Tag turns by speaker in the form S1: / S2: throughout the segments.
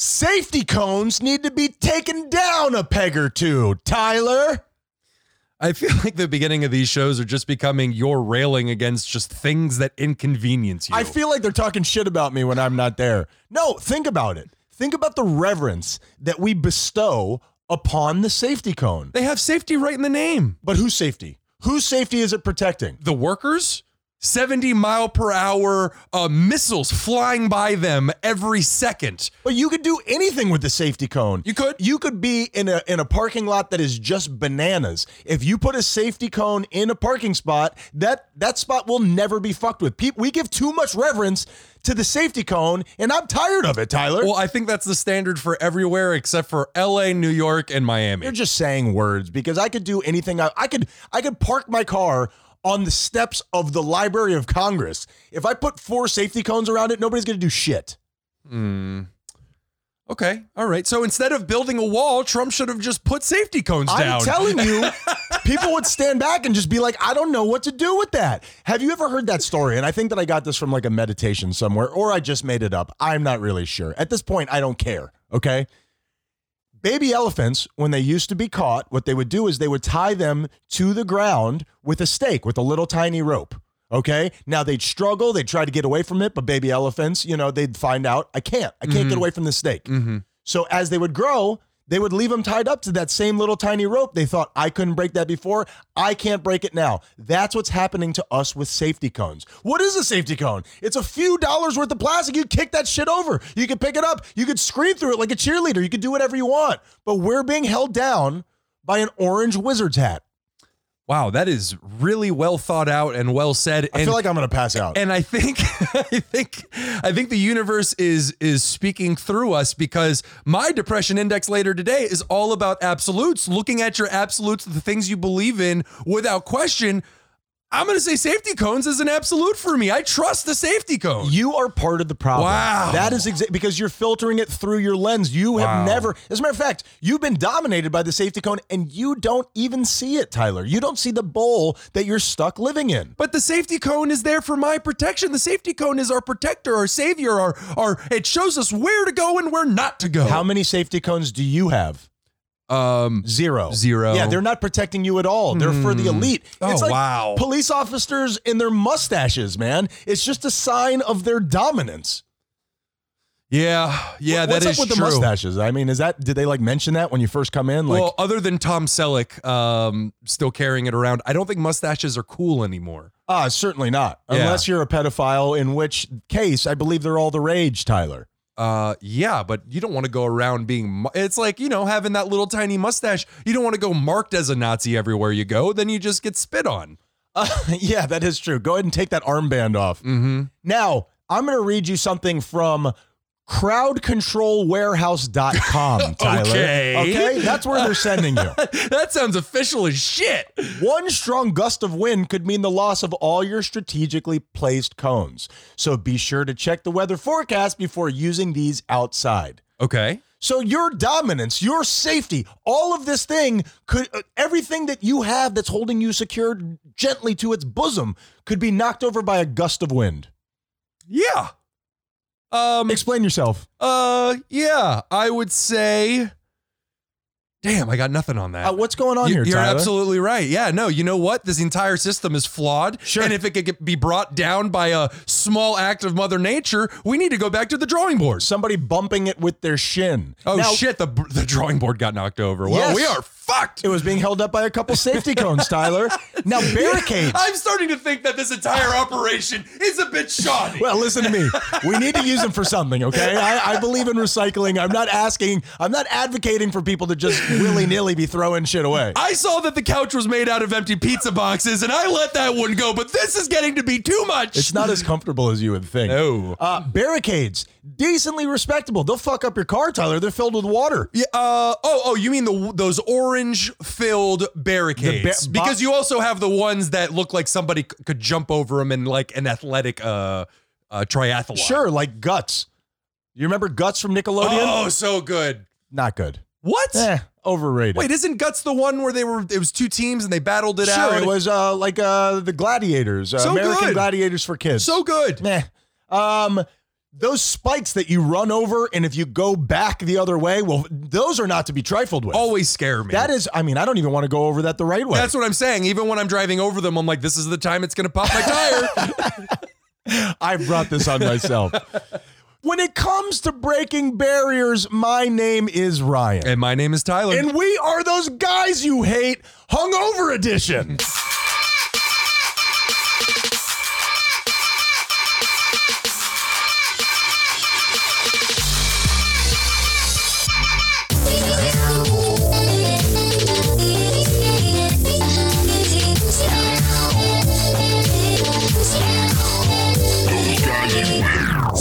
S1: Safety cones need to be taken down a peg or two, Tyler.
S2: I feel like the beginning of these shows are just becoming your railing against just things that inconvenience you.
S1: I feel like they're talking shit about me when I'm not there. No, think about it. Think about the reverence that we bestow upon the safety cone.
S2: they have safety right in the name.
S1: But whose safety? Whose safety is it protecting?
S2: The workers, 70 mile per hour uh, missiles flying by them every second.
S1: But you could do anything with the safety cone.
S2: You could.
S1: You could be in a in a parking lot that is just bananas. If you put a safety cone in a parking spot, that that spot will never be fucked with. People, we give too much reverence to the safety cone, and I'm tired of it, Tyler.
S2: Well, I think that's the standard for everywhere except for LA, New York, and Miami.
S1: You're just saying words because I could do anything. I, I could I could park my car on the steps of the Library of Congress. If I put four safety cones around it, nobody's gonna do shit.
S2: Hmm. Okay. All right. So instead of building a wall, Trump should have just put safety cones
S1: I'm
S2: down.
S1: telling you, people would stand back and just be like, I don't know what to do with that. Have you ever heard that story? And I think that I got this from like a meditation somewhere, or I just made it up. I'm not really sure. At this point, I don't care. Okay. Baby elephants, when they used to be caught, what they would do is they would tie them to the ground with a stake, with a little tiny rope. Okay. Now they'd struggle, they'd try to get away from it, but baby elephants, you know, they'd find out, I can't, I can't get away from the stake. So as they would grow, they would leave them tied up to that same little tiny rope. They thought, I couldn't break that before. I can't break it now. That's what's happening to us with safety cones. What is a safety cone? It's a few dollars worth of plastic. You kick that shit over. You can pick it up. You could scream through it like a cheerleader. You could do whatever you want. But we're being held down by an orange wizard's hat.
S2: Wow, that is really well thought out and well said.
S1: I
S2: and
S1: feel like I'm going to pass out.
S2: and I think I think I think the universe is is speaking through us because my depression index later today is all about absolutes, looking at your absolutes, the things you believe in without question. I'm going to say safety cones is an absolute for me. I trust the safety cone.
S1: You are part of the problem.
S2: Wow.
S1: That is exa- because you're filtering it through your lens. You have
S2: Wow.
S1: never, as a matter of fact, you've been dominated by the safety cone and you don't even see it, Tyler. You don't see the bowl that you're stuck living in.
S2: But the safety cone is there for my protection. The safety cone is our protector, our savior, our our it shows us where to go and where not to go.
S1: How many safety cones do you have?
S2: um
S1: Zero.
S2: Zero.
S1: Yeah, they're not protecting you at all. They're for the elite.
S2: Oh,
S1: it's like
S2: wow.
S1: police officers and their mustaches, man. It's just a sign of their dominance.
S2: yeah, yeah, that
S1: What's
S2: is
S1: up with
S2: true.
S1: the mustaches? I mean, is that did they like mention that when you first come in? Like
S2: well, other than Tom Selleck um, still carrying it around, I don't think mustaches are cool anymore.
S1: Ah, certainly not.
S2: Yeah.
S1: Unless you're a pedophile, in which case I believe they're all the rage, Tyler.
S2: Uh, yeah, but you don't want to go around being. mu- It's like you know having that little tiny mustache. You don't want to go marked as a Nazi everywhere you go. Then you just get spit on.
S1: Uh, yeah, that is true. Go ahead and take that armband off.
S2: Mm-hmm.
S1: Now, I'm going to read you something from crowdcontrolwarehouse.com, Tyler.
S2: Okay.
S1: Okay, that's where they're sending you.
S2: that sounds official as shit.
S1: One strong gust of wind could mean the loss of all your strategically placed cones. So be sure to check the weather forecast before using these outside.
S2: Okay.
S1: So your dominance, your safety, all of this thing could uh, everything that you have that's holding you secured gently to its bosom could be knocked over by a gust of wind.
S2: Yeah. Um.
S1: Explain yourself.
S2: Uh. Yeah. I would say. Damn, I got nothing on that.
S1: Uh, what's going on
S2: You-
S1: here,
S2: You're
S1: Tyler?
S2: absolutely right. Yeah, no, you know what? This entire system is flawed.
S1: Sure.
S2: And if it could get, be brought down by a small act of Mother Nature, we need to go back to the drawing board.
S1: Somebody bumping it with their shin.
S2: Oh
S1: Now,
S2: shit! The the drawing board got knocked over. Well,
S1: Yes.
S2: we are fucked.
S1: It was being held up by a couple safety cones, Tyler. Now barricades.
S2: I'm starting to think that this entire operation is a bit shoddy.
S1: Well, listen to me. We need to use them for something, okay? I, I believe in recycling. I'm not asking, I'm not advocating for people to just willy nilly be throwing shit away.
S2: I saw that the couch was made out of empty pizza boxes, and I let that one go. But this is getting to be too much.
S1: It's not as comfortable as you would think.
S2: no.
S1: Uh, barricades, decently respectable. They'll fuck up your car, Tyler. They're filled with water.
S2: Yeah. Uh, oh. Oh. You mean the those orange filled barricades?
S1: The ba-
S2: because you also have the ones that look like somebody c- could jump over them in like an athletic uh, uh triathlon.
S1: Sure, like guts. You remember guts from Nickelodeon?
S2: Oh, so good.
S1: Not good.
S2: What?
S1: Eh, overrated.
S2: Wait, isn't guts the one where they were? It was two teams and they battled it
S1: sure,
S2: out.
S1: it was uh, like uh, the gladiators, uh,
S2: So
S1: American
S2: good.
S1: gladiators for kids.
S2: so good.
S1: Meh. Um, those spikes that you run over, and if you go back the other way, well, those are not to be trifled with.
S2: Always scare me.
S1: that is, I mean, I don't even want to go over that the right way.
S2: Oh. That's what I'm saying. Even when I'm driving over them, I'm like, this is the time it's going to pop my tire.
S1: I brought this on myself. when it comes to breaking barriers, my name is Ryan.
S2: and my name is Tyler.
S1: And we are those guys you hate, hungover edition.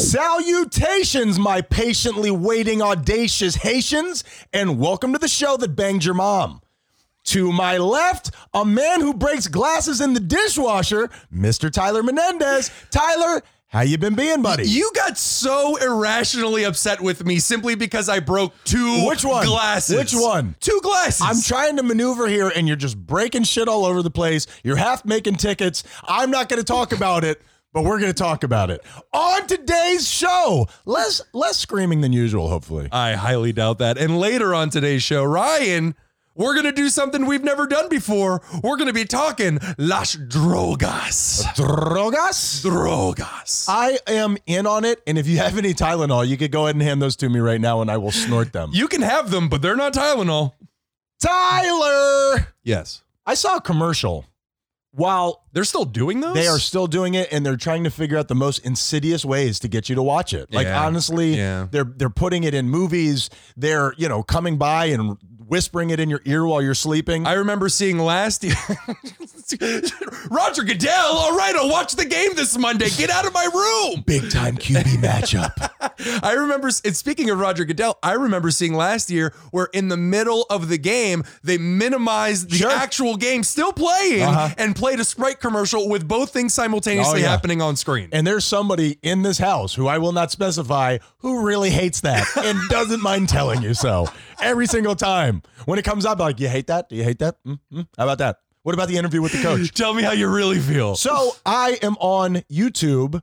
S1: Salutations, my patiently waiting, audacious Haitians, and welcome to the show that banged your mom. To my left, a man who breaks glasses in the dishwasher, Mr. Tyler Menendez. Tyler, how you been being, buddy?
S2: you got so irrationally upset with me simply because I broke two
S1: Which one?
S2: glasses.
S1: Which one?
S2: Two glasses.
S1: I'm trying to maneuver here, and you're just breaking shit all over the place. You're half making tickets. I'm not going to talk about it, but we're going to talk about it on today's show. Less less screaming than usual, hopefully.
S2: I highly doubt that. And later on today's show, Ryan, we're going to do something we've never done before. We're going to be talking Las Drogas.
S1: Drogas.
S2: Drogas.
S1: I am in on it, and if you have any Tylenol, you could go ahead and hand those to me right now, and I will snort them.
S2: you can have them, but they're not Tylenol.
S1: Tyler,
S2: Yes.
S1: I saw a commercial. While
S2: They're still doing those?
S1: they are still doing it, and they're trying to figure out the most insidious ways to get you to watch it. Like
S2: Yeah.
S1: honestly,
S2: Yeah.
S1: they're they're putting it in movies. They're you know coming by and whispering it in your ear while you're sleeping.
S2: I remember seeing last year. Roger Goodell, all right, I'll watch the game this Monday. Get out of my room.
S1: Big time QB matchup.
S2: I remember, and speaking of Roger Goodell, I remember seeing last year where in the middle of the game, they minimized the
S1: Sure.
S2: actual game still playing
S1: Uh-huh.
S2: and played a Sprite commercial with both things simultaneously
S1: Oh, yeah.
S2: happening on screen.
S1: And there's somebody in this house who I will not specify who really hates that and doesn't mind telling you so every single time when it comes up. Like, you hate that? Do you hate that? Mm-hmm. How about that? What about the interview with the coach?
S2: Tell me how you really feel.
S1: So I am on YouTube.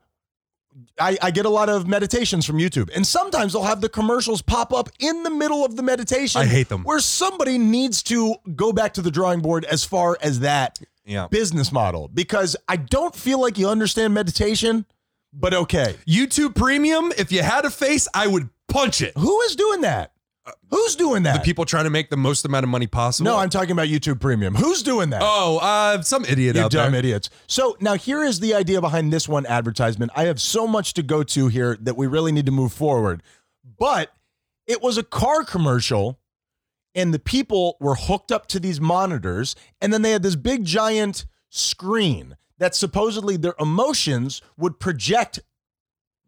S1: I, I get a lot of meditations from YouTube, and sometimes they'll have the commercials pop up in the middle of the meditation.
S2: I hate them.
S1: Where somebody needs to go back to the drawing board as far as that
S2: Yeah.
S1: business model because I don't feel like you understand meditation, but okay.
S2: YouTube Premium, if you had a face, I would punch it.
S1: Who is doing that? Who's doing that?
S2: Uh, People trying to make the most amount of money possible.
S1: no, I'm talking about YouTube Premium. Who's doing that?
S2: Oh, uh, some idiot
S1: You
S2: out
S1: dumb
S2: there.
S1: idiots. So now here is the idea behind this one advertisement. I have so much to go to here that we really need to move forward. But it was a car commercial, and the people were hooked up to these monitors, and then they had this big giant screen that supposedly their emotions would project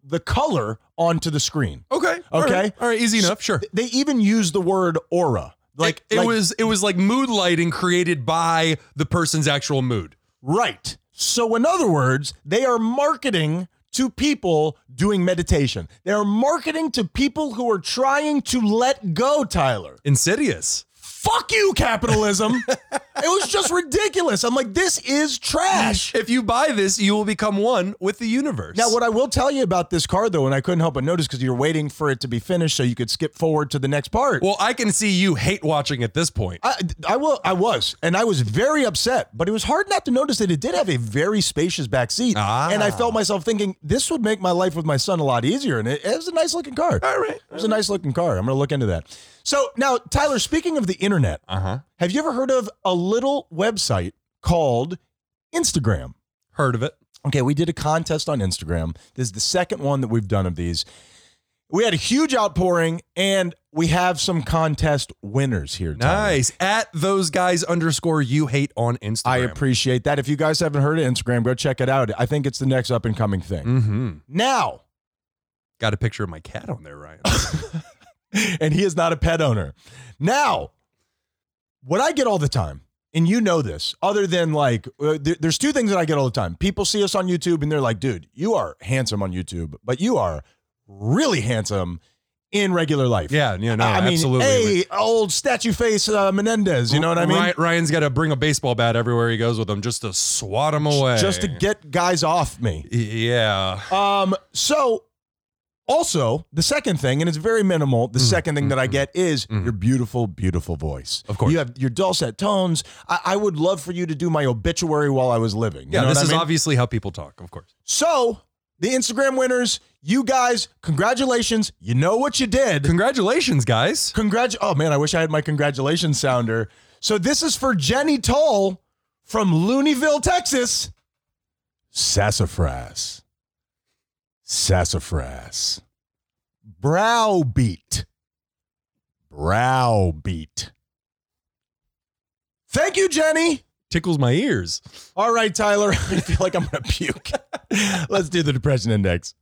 S1: the color onto the screen.
S2: Okay.
S1: Okay.
S2: All right. All right, Easy enough. Sure.
S1: They even used the word aura. Like
S2: it, it
S1: like-
S2: was it was like mood lighting created by the person's actual mood.
S1: Right. So, in other words, they are marketing to people doing meditation. They are marketing to people who are trying to let go, Tyler.
S2: Insidious.
S1: Fuck you, capitalism. it was just ridiculous. I'm like, this is trash.
S2: If you buy this, you will become one with the universe.
S1: Now, what I will tell you about this car, though, and I couldn't help but notice because you're waiting for it to be finished so you could skip forward to the next part.
S2: Well, I can see you hate watching at this point.
S1: I, I will. I was, and I was very upset. But it was hard not to notice that it did have a very spacious back seat,
S2: Ah.
S1: and I felt myself thinking this would make my life with my son a lot easier. And it, it was a nice looking car. It
S2: All right.
S1: was a nice looking car. I'm going to look into that. So now, Tyler, speaking of the internet,
S2: Uh huh.
S1: have you ever heard of a little website called Instagram?
S2: Heard of it?
S1: Okay, we did a contest on Instagram. This is the second one that we've done of these. We had a huge outpouring, and we have some contest winners here. Tyler.
S2: Nice. At those guys underscore you hate on Instagram.
S1: I appreciate that. If you guys haven't heard of Instagram, go check it out. I think it's the next up and coming thing.
S2: Mm-hmm.
S1: Now,
S2: Got a picture of my cat on there, Ryan.
S1: and he is not a pet owner. Now, what I get all the time, and you know this, other than like, uh, there- there's two things that I get all the time. People see us on YouTube and they're like, dude, you are handsome on YouTube, but you are really handsome in regular life.
S2: yeah. Yeah. No.
S1: I mean,
S2: absolutely.
S1: hey, old statue face uh, Menendez, you know what I mean?
S2: Ryan, Ryan's got to bring a baseball bat everywhere he goes with him just to swat him away.
S1: Just to get guys off me.
S2: Yeah.
S1: Um, so Also, the second thing, and it's very minimal,
S2: Mm-hmm.
S1: the second thing that I get is your beautiful, beautiful voice.
S2: Of course.
S1: You have your dulcet tones. I, I would love for you to do my obituary while I was living. You
S2: Yeah,
S1: know
S2: this
S1: what I
S2: is
S1: mean?
S2: obviously how people talk, of course.
S1: So, the Instagram winners, you guys, congratulations. You know what you did.
S2: Congratulations, guys.
S1: Congrat. Oh man, I wish I had my congratulations sounder. So this is for Jenny Toll from Looneyville, Texas. Sassafras. Sassafras. Browbeat. Browbeat. Thank you, Jenny.
S2: Tickles my ears.
S1: All right, Tyler. I feel like I'm going to puke. Let's do the depression index.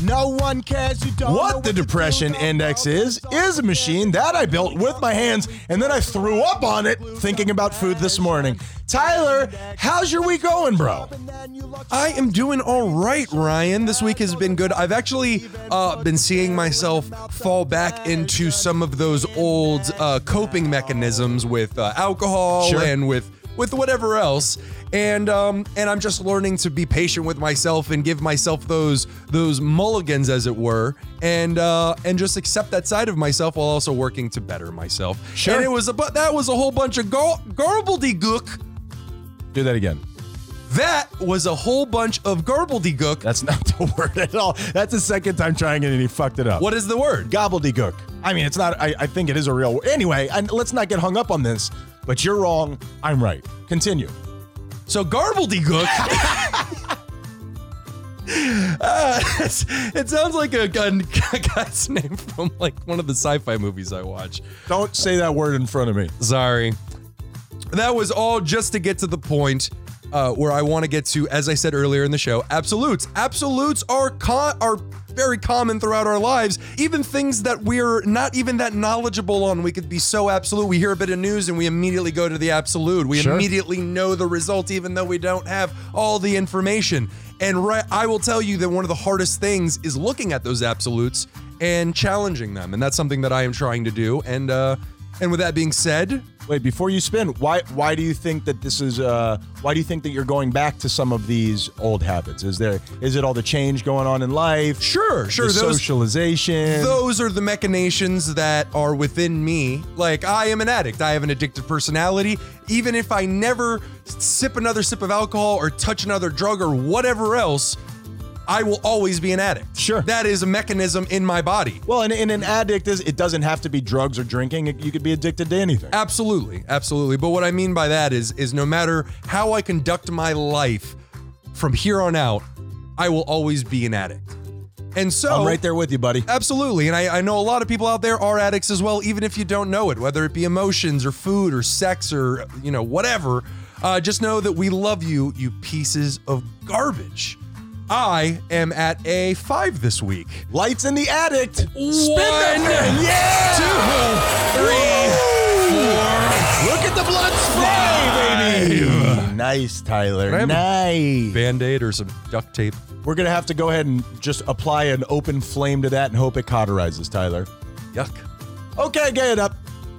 S3: No one cares. You don't. know
S1: What the
S3: you
S1: depression
S3: do, don't
S1: index
S3: know,
S1: is,
S3: don't
S1: is a machine that I built with my hands and then I threw up on it thinking about food this morning. Tyler, how's your week going, bro?
S3: And then you look
S2: I am doing all right, Ryan. This week has been good. I've actually uh, been seeing myself fall back into some of those old uh, coping mechanisms with uh, alcohol
S1: Sure.
S2: and with with whatever else. And um, and I'm just learning to be patient with myself and give myself those those mulligans, as it were, and uh, and just accept that side of myself while also working to better myself.
S1: Sure.
S2: And it was a but that was a whole bunch of gar- gook.
S1: Do that again.
S2: That was a whole bunch of gook.
S1: That's not the word at all. That's the second time trying it and he fucked it up.
S2: What is the word?
S1: Gobbledygook. I mean, it's not, I, I think it is a real word. Anyway, and let's not get hung up on this, but you're wrong. I'm right. Continue.
S2: So garbledygook. Uh, it's- it sounds like a gun a guy's name from like one of the sci-fi movies I watch.
S1: Don't say that word in front of me.
S2: Sorry. That was all just to get to the point uh, where I want to get to, as I said earlier in the show, absolutes. Absolutes are con- are very common throughout our lives, even things that we're not even that knowledgeable on. We could be so absolute. We hear a bit of news and we immediately go to the absolute. We
S1: Sure.
S2: immediately know the result, even though we don't have all the information. And right, I will tell you that one of the hardest things is looking at those absolutes and challenging them, and that's something that I am trying to do. And uh, and with that being said,
S1: Wait, before you spin, why why do you think that this is uh why do you think that you're going back to some of these old habits? Is there is it all the change going on in life?
S2: Sure, sure.
S1: The
S2: Those
S1: socialization.
S2: those are the machinations that are within me. Like I am an addict. I have an addictive personality. Even if I never sip another sip of alcohol or touch another drug or whatever else, I will always be an addict.
S1: Sure.
S2: That is a mechanism in my body.
S1: well, and, and an addict is it doesn't have to be drugs or drinking. It- you could be addicted to anything.
S2: Absolutely, absolutely. But what I mean by that is is no matter how I conduct my life from here on out, I will always be an addict. And so
S1: I'm right there with you, buddy.
S2: Absolutely. And I, I know a lot of people out there are addicts as well, even if you don't know it, whether it be emotions or food or sex or, you know, whatever. Uh, just know that we love you, you pieces of garbage. I am at a five this week.
S1: Lights in the addict. Spin that
S2: One.
S1: thing. Yeah.
S2: Two,
S1: Look at the blood spray, baby. Nice, Tyler.
S2: Can I
S1: Nice.
S2: Band aid or some duct tape.
S1: We're gonna have to go ahead and just apply an open flame to that and hope it cauterizes, Tyler.
S2: Yuck.
S1: Okay, get it up.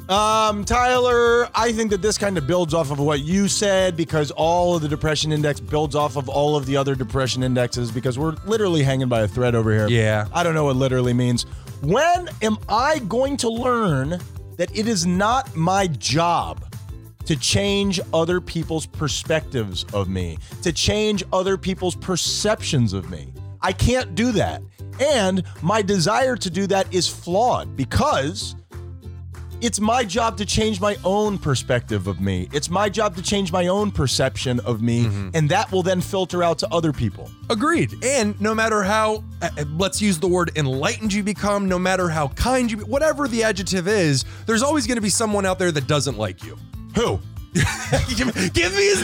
S1: Um, Tyler, I think that this kind of builds off of what you said because all of the depression index builds off of all of the other depression indexes because we're literally hanging by a thread over here.
S2: Yeah.
S1: I don't know what literally means. When am I going to learn that it is not my job to change other people's perspectives of me, to change other people's perceptions of me? I can't do that. And my desire to do that is flawed because it's my job to change my own perspective of me. It's my job to change my own perception of me, and that will then filter out to other people.
S2: Agreed. And no matter how, uh, uh, let's use the word enlightened you become, no matter how kind you be, whatever the adjective is, there's always going to be someone out there that doesn't like you.
S1: Who?
S2: give, give me his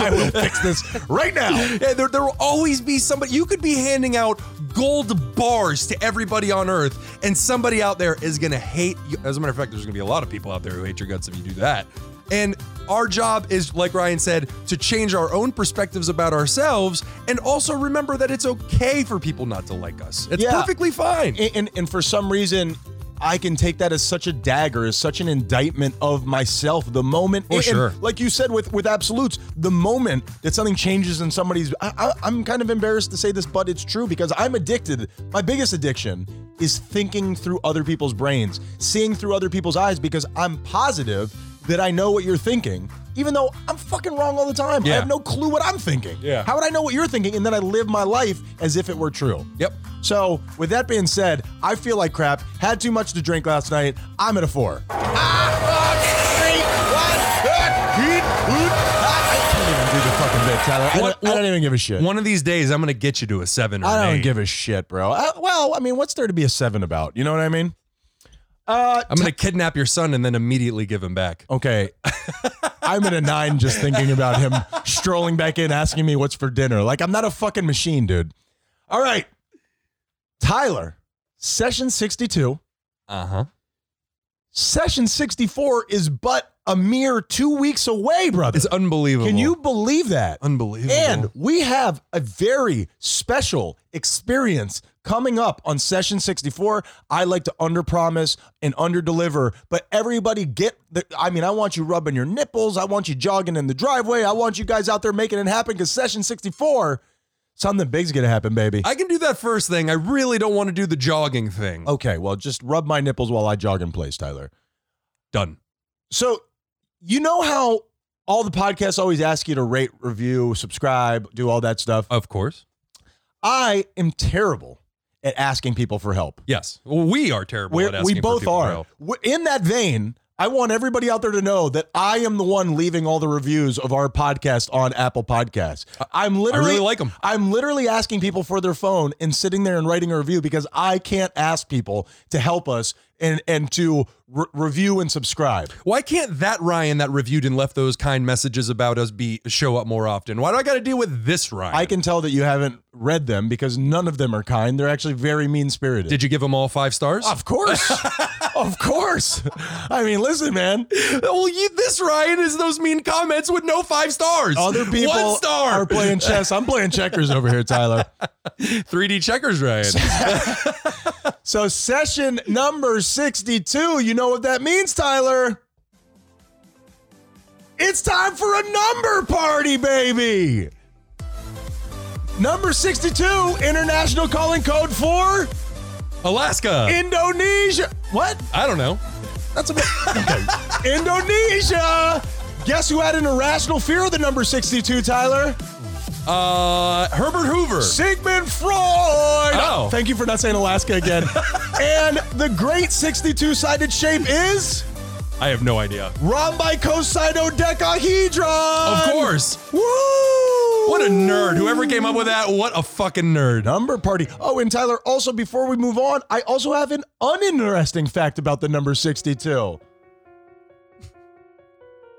S1: I will fix this right now.
S2: Yeah, there, there will always be somebody. You could be handing out gold bars to everybody on earth, and somebody out there is going to hate you. As a matter of fact, there's going to be a lot of people out there who hate your guts if you do that. And our job is, like Ryan said, to change our own perspectives about ourselves and also remember that it's okay for people not to like us. It's
S1: Yeah.
S2: perfectly fine.
S1: And, and and for some reason, I can take that as such a dagger, as such an indictment of myself. The moment,
S2: For
S1: and- and
S2: sure.
S1: like you said with with absolutes, the moment that something changes in somebody's, I, I, I'm kind of embarrassed to say this, but it's true because I'm addicted. My biggest addiction is thinking through other people's brains, seeing through other people's eyes, because I'm positive that I know what you're thinking. Even though I'm fucking wrong all the time, I
S2: Yeah.
S1: have no clue what I'm thinking.
S2: Yeah.
S1: How would I know what you're thinking? And then I live my life as if it were true.
S2: Yep.
S1: So, with that being said, I feel like crap. Had too much to drink last night. I'm at a four. I can't even do the fucking bit, Tyler. I,
S2: What-
S1: don't, I don't even give a shit.
S2: One of these days, I'm gonna get you to a seven or
S1: I
S2: an
S1: don't
S2: eight.
S1: give a shit, bro. I, well, I mean, what's there to be a seven about? You know what I mean? Uh,
S2: I'm gonna kidnap your son and then immediately give him back.
S1: Okay. I'm at a nine just thinking about him strolling back in asking me what's for dinner. Like, I'm not a fucking machine, dude. All right. Tyler, session 62.
S2: Uh
S1: Uh-huh.
S2: huh.
S1: Session 64 is but a mere two weeks away, brother.
S2: It's unbelievable.
S1: Can you believe that?
S2: Unbelievable.
S1: And we have a very special experience coming up on session 64. I like to underpromise and underdeliver, but everybody get the I mean, I want you rubbing your nipples, I want you jogging in the driveway, I want you guys out there making it happen cuz session 64 something big's going to happen, baby.
S2: I can do that first thing. I really don't want to do the jogging thing.
S1: okay, well, just rub my nipples while I jog in place, Tyler.
S2: Done.
S1: So, you know how all the podcasts always ask you to rate, review, subscribe, do all that stuff.
S2: Of course.
S1: I am terrible at asking people for help.
S2: Yes. Well, we are terrible
S1: We're-
S2: at asking
S1: we
S2: for
S1: both
S2: people to
S1: are.
S2: help.
S1: We're- In that vein, I want everybody out there to know that I am the one leaving all the reviews of our podcast on Apple Podcasts. I'm
S2: I
S1: literally
S2: really like them.
S1: I'm literally asking people for their phone and sitting there and writing a review because I can't ask people to help us and and to re- review and subscribe.
S2: Why can't that Ryan that reviewed and left those kind messages about us be show up more often? Why do I got to deal with this Ryan?
S1: I can tell that you haven't read them because none of them are kind. They're actually very mean spirited.
S2: Did you give them all five stars?
S1: Of course. of course. I mean, listen, man.
S2: well, you, this Ryan is those mean comments with no five stars.
S1: Other people
S2: one star.
S1: are playing chess. I'm playing checkers over here, Tyler.
S2: 3D checkers, Ryan.
S1: So, session number 62, you know what that means, Tyler? It's time for a number party, baby. Number 62, international calling code for
S2: Alaska.
S1: Indonesia. What?
S2: I don't know.
S1: That's a bit. Okay. Indonesia. Guess who had an irrational fear of the number 62, Tyler?
S2: Uh, Herbert Hoover.
S1: Sigmund Freud.
S2: Oh.
S1: Thank you for not saying Alaska again. and the great 62 sided shape is
S2: I have no idea.
S1: rhombicosidodecahedron.
S2: Of course.
S1: Woo.
S2: What a nerd. Whoever came up with that, what a fucking nerd.
S1: Number party. Oh, and Tyler, also before we move on, I also have an uninteresting fact about the number 62.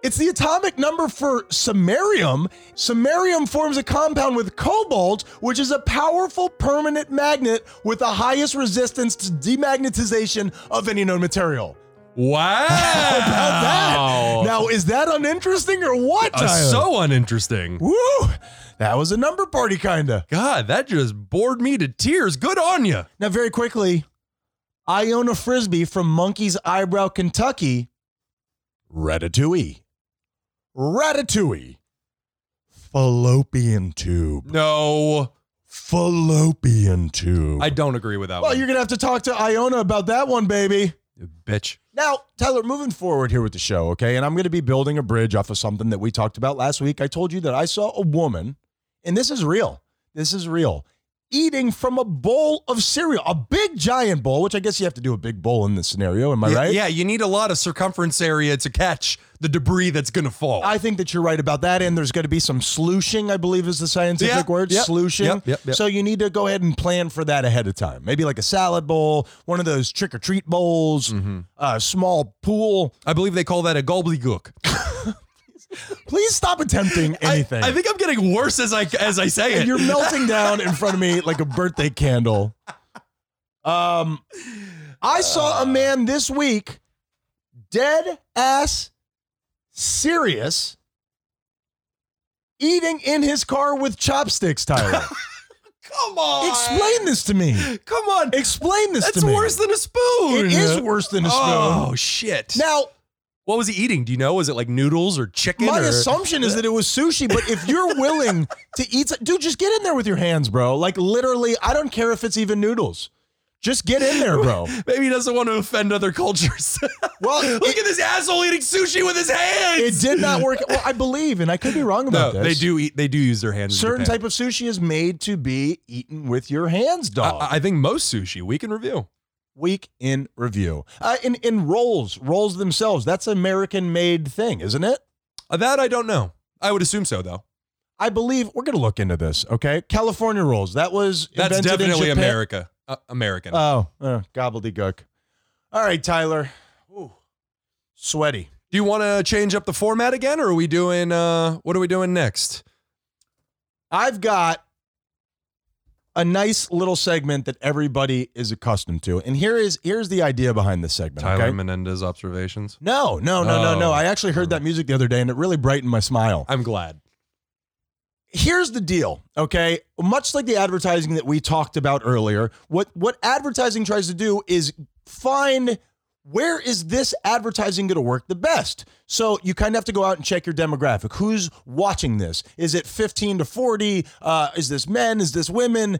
S1: It's the atomic number for samarium. Samarium forms a compound with cobalt, which is a powerful permanent magnet with the highest resistance to demagnetization of any known material.
S2: Wow.
S1: How's that? Now, is that uninteresting or what,
S2: Uh,
S1: Tyler?
S2: so uninteresting.
S1: Woo! That was a number party, kinda.
S2: God, that just bored me to tears. Good on you.
S1: Now, very quickly, Iona Frisbee from Monkey's Eyebrow, Kentucky. Ratatouille. Ratatouille. Fallopian tube.
S2: No,
S1: Fallopian tube.
S2: I don't agree with that
S1: well,
S2: one.
S1: you're going to have to talk to Iona about that one, baby.
S2: Bitch.
S1: Now, Tyler, moving forward here with the show, okay? And I'm going to be building a bridge off of something that we talked about last week. I told you that I saw a woman, and this is real. This is real. Eating from a bowl of cereal, a big giant bowl, which I guess you have to do a big bowl in this scenario. Am I
S2: Yeah,
S1: right?
S2: Yeah, you need a lot of circumference area to catch the debris that's going to fall.
S1: I think that you're right about that. And there's going to be some slooshing, I believe is the scientific
S2: Yeah,
S1: word.
S2: yep,
S1: Slooshing.
S2: yep, yep, yep.
S1: So you need to go ahead and plan for that ahead of time. Maybe like a salad bowl, one of those trick or treat bowls,
S2: Mm-hmm.
S1: a small pool.
S2: I believe they call that a gobbledygook.
S1: Please stop attempting anything.
S2: I, I think I'm getting worse as I as I say it.
S1: and you're melting down in front of me like a birthday candle. Um, I saw a man this week, dead ass serious, eating in his car with chopsticks, Tyler.
S2: Come on.
S1: Explain this to me.
S2: Come on.
S1: Explain this
S2: That's
S1: to me.
S2: worse than a spoon.
S1: It is worse than a spoon.
S2: Oh shit.
S1: Now,
S2: what was he eating? Do you know? Was it like noodles or chicken?
S1: my
S2: or-
S1: assumption is that it was sushi, but if you're willing to eat, dude, just get in there with your hands, bro. Like literally, I don't care if it's even noodles. Just get in there, bro.
S2: Maybe he doesn't want to offend other cultures.
S1: Well,
S2: Look at this asshole eating sushi with his
S1: It
S2: hands.
S1: did not work. Well, I believe, and I could be wrong
S2: No,
S1: about this.
S2: they do eat. They do use their hands. in
S1: Certain
S2: Japan.
S1: type of sushi is made to be eaten with your hands, dog.
S2: I, I think most sushi we can review.
S1: Week in review. Uh, in in rolls, rolls themselves. That's American made thing, isn't it?
S2: Uh, That I don't know. I would assume so though.
S1: I believe we're gonna look into this. Okay, California rolls. That was
S2: That's
S1: invented in
S2: definitely
S1: Japan.
S2: America. Uh, American.
S1: Oh, uh, gobbledygook. All right, Tyler.
S2: Ooh.
S1: Sweaty.
S2: do you want to change up the format again, or are we doing? Uh, what are we doing next?
S1: I've got a nice little segment that everybody is accustomed to, and here is here's the idea behind this segment.
S2: Tyler
S1: okay?
S2: Menendez observations.
S1: No, no, no, no, no.
S2: Oh.
S1: I actually heard that music the other day and it really brightened my smile.
S2: I'm glad.
S1: Here's the deal, okay? Much like the advertising that we talked about earlier, what what advertising tries to do is find where is this advertising going to work the best? So you kind of have to go out and check your demographic. Who's watching this? Is it 15 to 40? Uh, is this men? Is this women?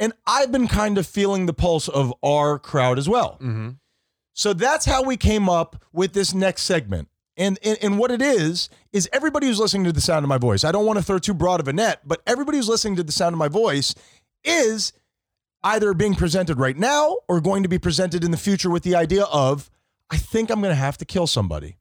S1: And I've been kind of feeling the pulse of our crowd as well.
S2: Mm-hmm.
S1: So that's how we came up with this next segment. And, and, and what it is, is everybody who's listening to the sound of my voice, I don't want to throw too broad of a net, but everybody who's listening to the sound of my voice is either being presented right now or going to be presented in the future with the idea of, I think I'm going to have to kill somebody.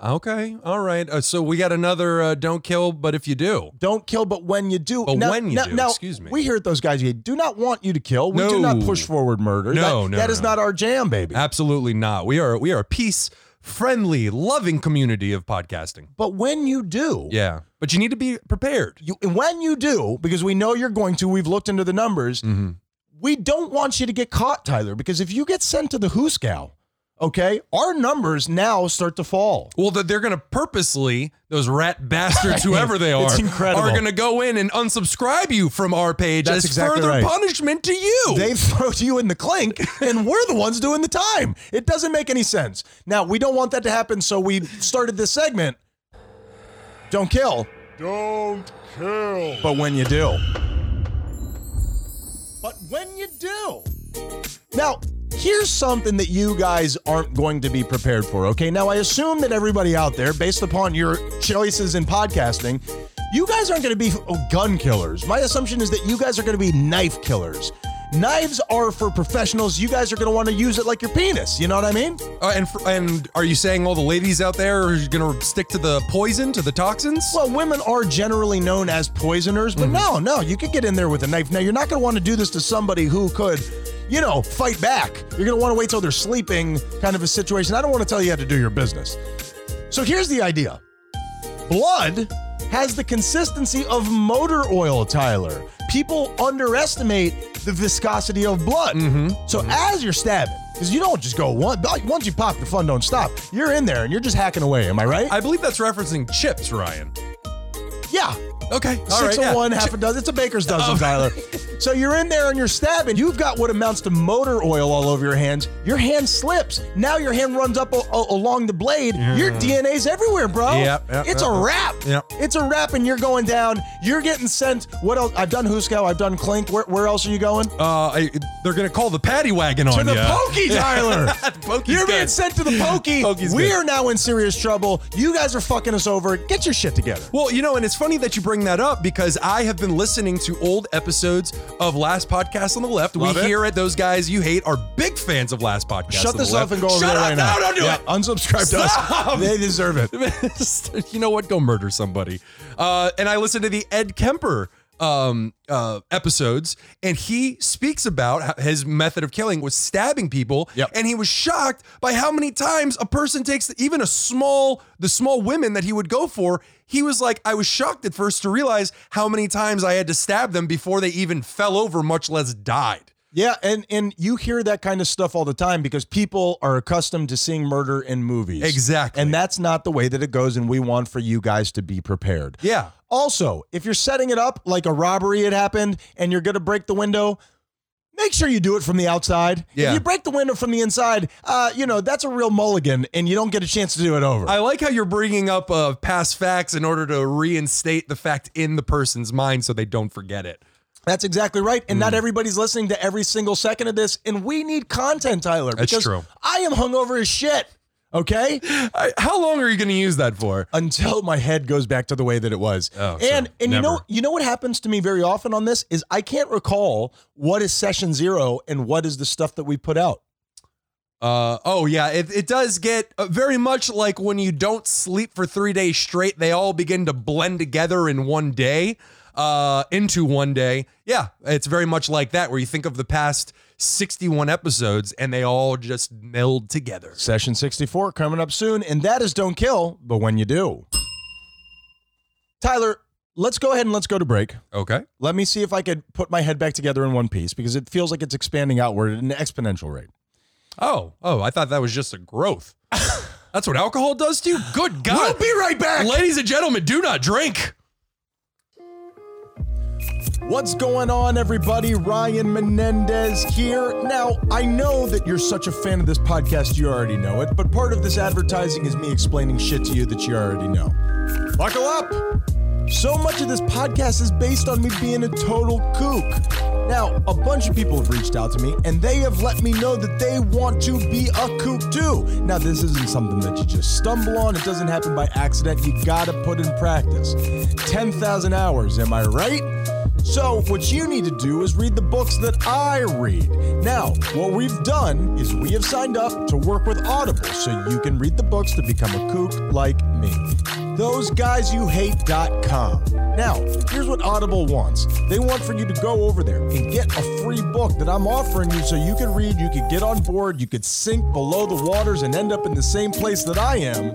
S2: Okay. All right. Uh, so we got another uh, don't kill, but if you do,
S1: Don't kill, but when you do.
S2: But when you do, excuse me.
S1: We here at those guys, you do not want you to kill. We do
S2: No.
S1: not push forward murder.
S2: No,
S1: That-
S2: no,
S1: that
S2: no,
S1: is
S2: no.
S1: not our jam, baby.
S2: absolutely not. We are we are a peace friendly, loving community of podcasting.
S1: But when you do,
S2: Yeah. But you need to be prepared.
S1: you when you do because we know you're going to we've looked into the numbers
S2: Mm-hmm.
S1: we don't want you to get caught tyler because if you get sent to the hooscow okay our numbers now start to fall
S2: Well, that they're going to purposely those rat bastards, whoever they are,
S1: It's incredible.
S2: are going to go in and unsubscribe you from our page
S1: That's
S2: as
S1: exactly
S2: further
S1: right.
S2: punishment to you.
S1: they throw you in the clink and we're the ones doing the time it doesn't make any sense now we don't want that to happen so we started this segment don't kill
S3: Don't kill.
S1: but when you do but when you do Now, here's something that you guys aren't going to be prepared for, okay? Now, I assume that everybody out there, based upon your choices in podcasting, you guys aren't going to be oh, gun killers. My assumption is that you guys are going to be knife killers. Knives are for professionals. You guys are going to want to use it like your penis. You know what I mean?
S2: Uh, and fr- and are you saying all the ladies out there are going to stick to the poison, to the toxins?
S1: Well, women are generally known as poisoners, but no, no, you could get in there with a knife. Now, you're not going to want to do this to somebody who could, you know, fight back. You're going to want to wait till they're sleeping, kind of a situation. I don't want to tell you how to do your business. So here's the idea blood has the consistency of motor oil, Tyler. People underestimate the viscosity of blood. So as you're stabbing, because you don't just go one, like, once you pop, the fun don't stop. You're in there and you're just hacking away. Am I right?
S2: I believe that's referencing chips, Ryan.
S1: yeah.
S2: Okay. all right,
S1: Six of
S2: yeah. Oh.
S1: one, half
S2: Chi-
S1: a dozen. It's a baker's dozen, Tyler. So you're in there and you're stabbing. You've got what amounts to motor oil all over your hands. Your hand slips. Now your hand runs up a- a- along the blade. Your DNA's everywhere, bro.
S2: Yep, yep,
S1: it's a
S2: yep,
S1: wrap.
S2: yep.
S1: It's a wrap, and you're going down. You're getting sent. What else? I've done Huskow. I've done Clink. Where, where else are you going?
S2: Uh, I, they're gonna call the paddy wagon on
S1: to the
S2: you.
S1: pokey, Tyler.
S2: Oh, Pokey's
S1: You're being
S2: good.
S1: sent to the pokey.
S2: Pokey's
S1: we
S2: good.
S1: are now in serious trouble. You guys are fucking us over. Get your shit together.
S2: Well, you know, and it's funny that you bring that up because I have been listening to old episodes of Last Podcast on the Left.
S1: Love
S2: we
S1: it.
S2: here at Those Guys You Hate are big fans of Last Podcast.
S1: Shut
S2: on
S1: this
S2: the Left.
S1: off and go over
S2: Shut
S1: there
S2: up,
S1: right now.
S2: No, don't do
S1: Yeah,
S2: it.
S1: Unsubscribe to
S2: Stop.
S1: us. They deserve it.
S2: you know what? Go murder somebody. Uh, and I listened to the Ed Kemper um, uh, episodes, and he speaks about how his method of killing was stabbing people.
S1: Yep.
S2: And he was shocked by how many times a person takes even a small, the small women that he would go for. He was like, I was shocked at first to realize how many times I had to stab them before they even fell over, much less died.
S1: Yeah, and and you hear that kind of stuff all the time because people are accustomed to seeing murder in movies.
S2: Exactly.
S1: And that's not the way that it goes and we want for you guys to be prepared.
S2: Yeah.
S1: Also, if you're setting it up like a robbery had happened and you're going to break the window, make sure you do it from the outside.
S2: Yeah.
S1: If you break the window from the inside, uh, you know, that's a real mulligan and you don't get a chance to do it over.
S2: I like how you're bringing up uh, past facts in order to reinstate the fact in the person's mind so they don't forget it.
S1: That's exactly right. And
S2: Mm.
S1: not everybody's listening to every single second of this. And we need content, Tyler.
S2: That's
S1: because
S2: true.
S1: I am hungover as shit. Okay?
S2: I, how long are you going to use that for?
S1: Until my head goes back to the way that it was.
S2: Oh, so
S1: and and you know
S2: never.
S1: you know what happens to me very often on this is I can't recall what is session zero and what is the stuff that we put out.
S2: Uh, oh yeah, it, it does get uh, very much like when you don't sleep for three days straight, they all begin to blend together in one day, uh, into one day. Yeah, it's very much like that where you think of the past 61 episodes and they all just meld together.
S1: Session 64 coming up soon, and that is Don't Kill, but when you do. Tyler, let's go ahead and let's go to break.
S2: Okay.
S1: Let me see if I could put my head back together in one piece because it feels like it's expanding outward at an exponential rate.
S2: Oh, oh, I thought that was just a growth. That's what alcohol does to you. Good God,
S1: We'll be right back.
S2: ladies and gentlemen, do not drink.
S1: What's going on, everybody? Ryan Menendez here. Now, I know that you're such a fan of this podcast, you already know it, but part of this advertising is me explaining shit to you that you already know. Buckle up! So much of this podcast is based on me being a total kook. Now, a bunch of people have reached out to me and they have let me know that they want to be a kook too. Now, this isn't something that you just stumble on, it doesn't happen by accident. You gotta put in practice. 10,000 hours, am I right? So, what you need to do is read the books that I read. Now, what we've done is we have signed up to work with Audible so you can read the books to become a kook like me. ThoseGuysYouHate.com. Now, here's what Audible wants they want for you to go over there and get a free book that I'm offering you so you can read, you could get on board, you could sink below the waters and end up in the same place that I am.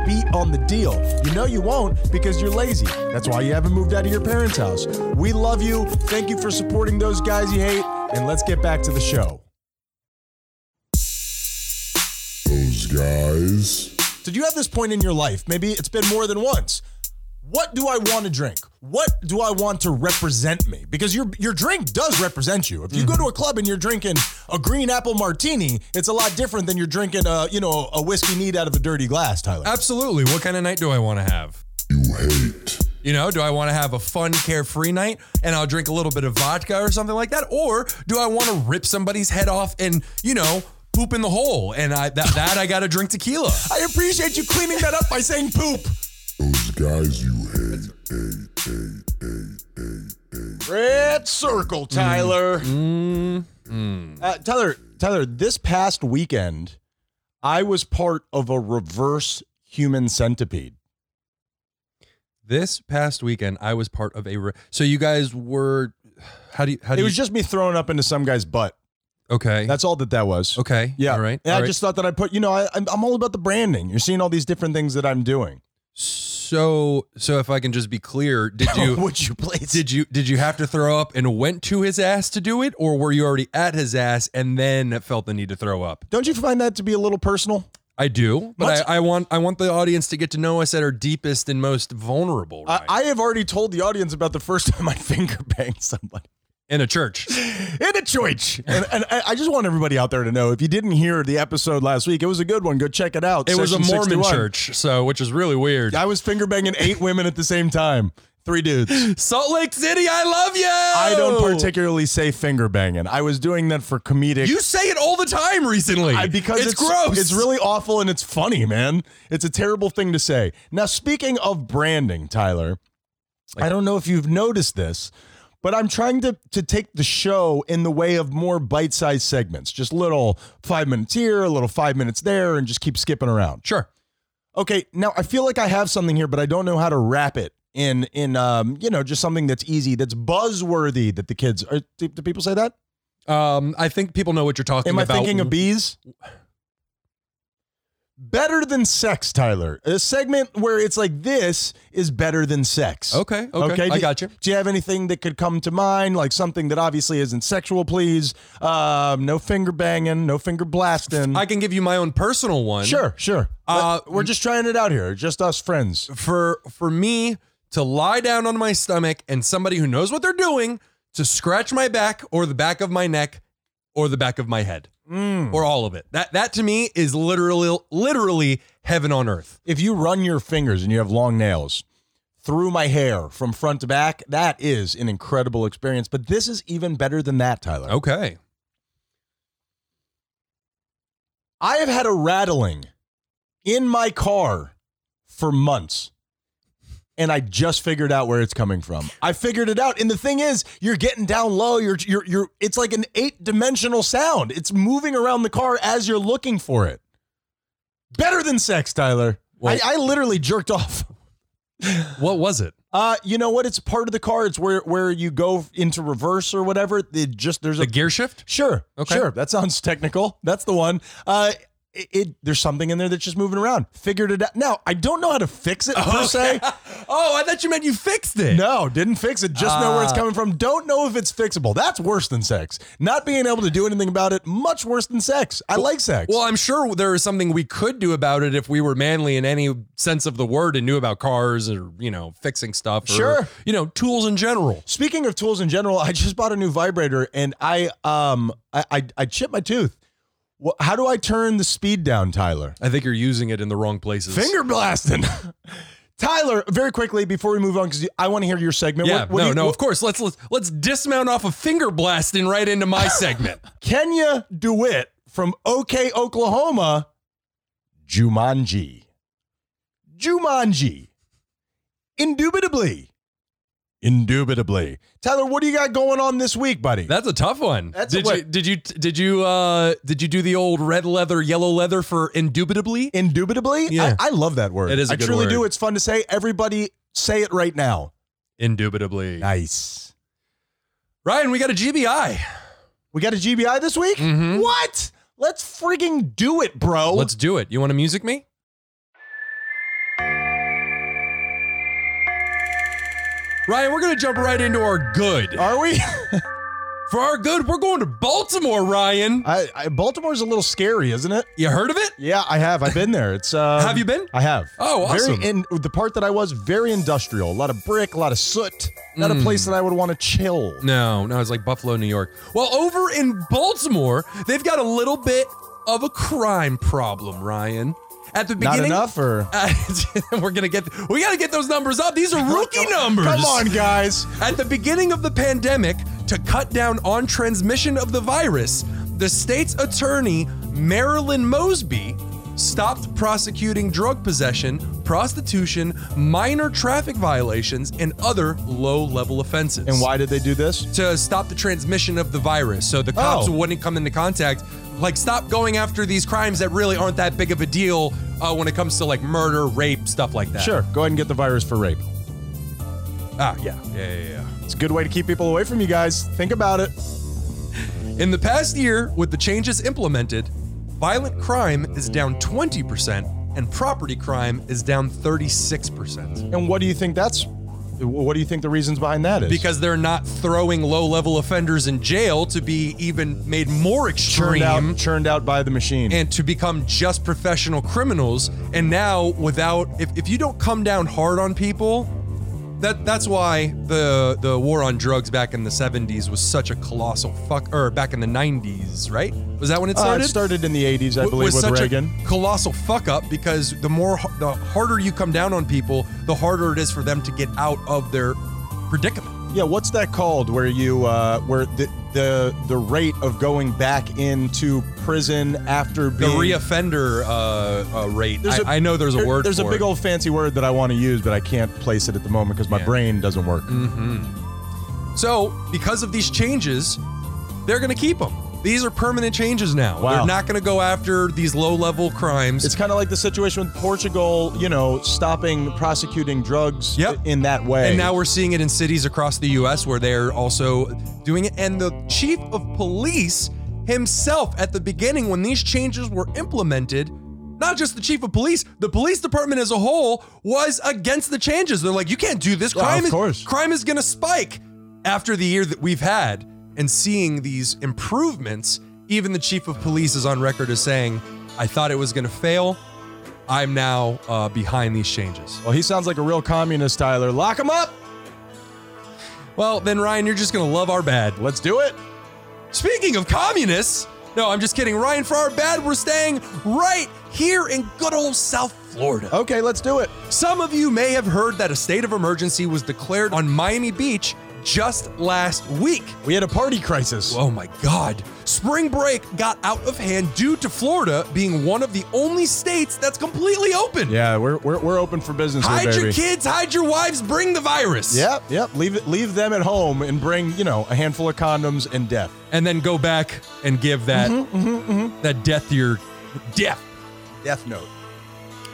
S1: beat on the deal. You know you won't because you're lazy. That's why you haven't moved out of your parents' house. We love you. Thank you for supporting those guys you hate, and let's get back to the show.
S3: Those guys.
S1: Did you have this point in your life? Maybe it's been more than once. What do I want to drink? What do I want to represent me? Because your your drink does represent you. If you go to a club and you're drinking a green apple martini, it's a lot different than you're drinking a you know a whiskey neat out of a dirty glass, Tyler.
S2: Absolutely. What kind of night do I want to have?
S3: You hate.
S2: You know, do I want to have a fun, carefree night and I'll drink a little bit of vodka or something like that? Or do I want to rip somebody's head off and, you know, poop in the hole? And I that, that I got to drink tequila.
S1: I appreciate you cleaning that up by saying poop.
S3: Those guys you hate. Hate, hate, hate, hate, hate.
S1: Red circle, Tyler. Mm.
S2: Mm,
S1: Uh, Tyler, Tyler, this past weekend, I was part of a reverse human centipede.
S2: This past weekend, I was part of a. Re- so you guys were. How do you. How do
S1: It
S2: you.
S1: was just me throwing up into some guy's butt.
S2: okay.
S1: That's all that that was.
S2: okay.
S1: Yeah.
S2: All right.
S1: And
S2: all
S1: I
S2: right.
S1: just thought that I put, you know, I, I'm, I'm all about the branding. You're seeing all these different things that I'm doing.
S2: So, so if I can just be clear, did you.
S1: Would you please?
S2: Did you did you have to throw up and went to his ass to do it, or were you already at his ass and then felt the need to throw up?
S1: Don't you find that to be a little personal?
S2: I do,
S1: Much-
S2: but I, I want I want the audience to get to know us at our deepest and most vulnerable. Right?
S1: I, I have already told the audience about the first time I finger banged somebody.
S2: in a church.
S1: in a church. And, and I I just want everybody out there to know if you didn't hear the episode last week, it was a good one. Go check it out.
S2: It was a
S1: Session
S2: Mormon
S1: 61.
S2: church, so which is really weird.
S1: I was finger banging eight women at the same time. Three dudes.
S2: Salt Lake City, I love you.
S1: I don't particularly say finger banging. I was doing that for comedic.
S2: You say it all the time recently.
S1: I- because
S2: it's, gross.
S1: It's really awful and it's funny, man. It's a terrible thing to say. Now, speaking of branding, Tyler, I don't know if you've noticed this, but I'm trying to to take the show in the way of more bite-sized segments, just little five minutes here, a little five minutes there, and just keep skipping around.
S2: sure.
S1: Okay, now I feel like I have something here, but I don't know how to wrap it in in um you know just something that's easy that's buzzworthy that the kids are do, do people say that
S2: Um, I think people know what you're talking
S1: am i
S2: about.
S1: thinking of bees better than sex tyler a segment where it's like this is better than sex
S2: Okay, okay, I
S1: do,
S2: got you.
S1: do you have anything that could come to mind like something that obviously isn't sexual please um no finger banging no finger blasting
S2: I can give you my own personal one.
S1: sure sure
S2: Uh,
S1: But we're just trying it out here just us friends
S2: For for me to lie down on my stomach and somebody who knows what they're doing to scratch my back or the back of my neck or the back of my head or all of it. That that to me is literally literally heaven on earth.
S1: if you run your fingers and you have long nails through my hair from front to back, that is an incredible experience. But this is even better than that, Tyler.
S2: Okay.
S1: I have had a rattling in my car for months. And I just figured out where it's coming from. I figured it out, and the thing is, you're getting down low. You're, you're, you're. It's like an eight-dimensional sound. It's moving around the car as you're looking for it. Better than sex, Tyler.
S2: Well-
S1: I, I literally jerked off.
S2: What was it?
S1: Uh, you know what? It's part of the car. It's where where you go into reverse or whatever. It just there's a
S2: The gear shift?
S1: sure,
S2: Okay.
S1: sure. That sounds technical. That's the one. Uh, it, it there's something in there that's just moving around. Figured it out. Now I don't know how to fix it per se.
S2: Oh, I thought you meant you fixed it.
S1: No, didn't fix it. Just know where it's
S2: Ah.
S1: coming from. Don't know if it's fixable. That's worse than sex. Not being able to do anything about it. Much worse than sex. I like sex.
S2: Well, I'm sure there is something we could do about it if we were manly in any sense of the word and knew about cars or, you know, fixing stuff or,
S1: Sure.
S2: you know, tools in general.
S1: Speaking of tools in general, I just bought a new vibrator and I um I I, I chipped my tooth. Wha how do I turn the speed down, Tyler?
S2: I think you're using it in the wrong places.
S1: Finger blasting. Tyler, very quickly before we move on, because I want to hear your segment.
S2: Yeah,
S1: What- what do
S2: no,
S1: you-
S2: no,
S1: what-
S2: of course. Let's, let's let's dismount off of finger blasting right into my segment.
S1: Kenya DeWitt from OK, Oklahoma, Jumanji. Jumanji. Indubitably. Indubitably. Tyler, what do you got going on this week, buddy?
S2: That's a tough one.
S1: That's a
S2: did
S1: what-
S2: you did you did you uh did you do the old red leather, yellow leather for indubitably?
S1: Indubitably?
S2: Yeah.
S1: I, I love that word.
S2: It is a
S1: I
S2: good
S1: truly
S2: word.
S1: do. It's fun to say. Everybody say it right now.
S2: Indubitably.
S1: Nice.
S2: Ryan, we got a GBI.
S1: We got a GBI this week?
S2: Mhm.
S1: What? Let's frigging do it, bro.
S2: Let's do it. You want to music me? Ryan, we're going to jump right into our good.
S1: Are we?
S2: For our good, we're going to Baltimore, Ryan.
S1: I, I, Baltimore's a little scary, isn't it?
S2: You heard of it?
S1: Yeah, I have. I've been there. It's uh
S2: Have you been?
S1: I have.
S2: Oh, awesome.
S1: Very in the part that I was very industrial. A lot of brick, a lot of soot. Not a place that I would want to chill.
S2: No, no, it's like Buffalo, New York. Well, over in Baltimore, they've got a little bit of a crime problem, Ryan. At the
S1: Not
S2: beginning,
S1: enough or
S2: Uh, we're gonna get. We gotta get those numbers up. These are rookie numbers.
S1: Come on, guys.
S2: At the beginning of the pandemic, to cut down on transmission of the virus, the state's attorney, Marilyn Mosby, stopped prosecuting drug possession, prostitution, minor traffic violations, and other low level offenses.
S1: And why did they do this?
S2: To stop the transmission of the virus. So the cops
S1: Oh.
S2: wouldn't come into contact. Like, stop going after these crimes that really aren't that big of a deal uh, when it comes to like murder, rape, stuff like that.
S1: Sure, go ahead and get the virus for rape.
S2: Ah, yeah. Yeah, yeah, yeah.
S1: It's a good way to keep people away from you guys. Think about it.
S2: In the past year, with the changes implemented, violent crime is down 20% and property crime is down 36%.
S1: And what do you think that's what do you think the reasons behind that is?
S2: Because they're not throwing low level offenders in jail to be even made more
S1: churned
S2: extreme
S1: out churned out by the machine.
S2: and to become just professional criminals. And now, without, if, if you don't come down hard on people, that, that's why the the war on drugs back in the 70s was such a colossal fuck or back in the 90s, right? Was that when it
S1: Uh,
S2: started?
S1: it started in the 80s, I
S2: w-
S1: believe, with
S2: such
S1: Reagan.
S2: a colossal fuck up because the more the harder you come down on people, the harder it is for them to get out of their predicament.
S1: Yeah, what's that called? Where you, uh, where the the the rate of going back into prison after
S2: The
S1: being
S2: reoffender uh, uh, rate.
S1: There's a-
S2: I, I know there's a
S1: There-
S2: word.
S1: There's a
S2: for
S1: big
S2: it.
S1: old fancy word that I want to use, but I can't place it at the moment because my
S2: Yeah. Mm.
S1: brain doesn't work.
S2: So because of these changes, they're going to keep them. These are permanent changes now.
S1: Wow.
S2: They're not going to go after these low level crimes.
S1: It's kind of like the situation with Portugal, you know, stopping prosecuting drugs
S2: Yep.
S1: in that way.
S2: And now we're seeing it in cities across the US where they're also doing it. And the chief of police himself, at the beginning, when these changes were implemented, not just the chief of police, the police department as a whole was against the changes. They're like, you can't do this.
S1: of
S2: Crime,
S1: course.
S2: Is, crime is going to spike after the year that we've had and seeing these improvements. Even the chief of police is on record as saying, I thought it was going to fail. I'm now uh, behind these changes.
S1: well, he sounds like a real communist, Tyler. Lock him up.
S2: Well, then, Ryan, you're just going to love our bad.
S1: Let's do it.
S2: Speaking of communists, no, I'm just kidding. Ryan, for our bad, we're staying right here in good old South Florida.
S1: Okay, let's do it.
S2: Some of you may have heard that a state of emergency was declared on Miami Beach just last week.
S1: We had a party crisis.
S2: Oh my God. Spring break got out of hand due to Florida being one of the only states that's completely open.
S1: yeah, we're, we're, we're open for business here,
S2: Hide
S1: baby.
S2: your kids, hide your wives, bring the virus.
S1: Yep, yep. Leave it, leave them at home and bring you know a handful of condoms and death.
S2: And then go back and give that,
S1: Mm-hmm,
S2: that death your death.
S1: Death note.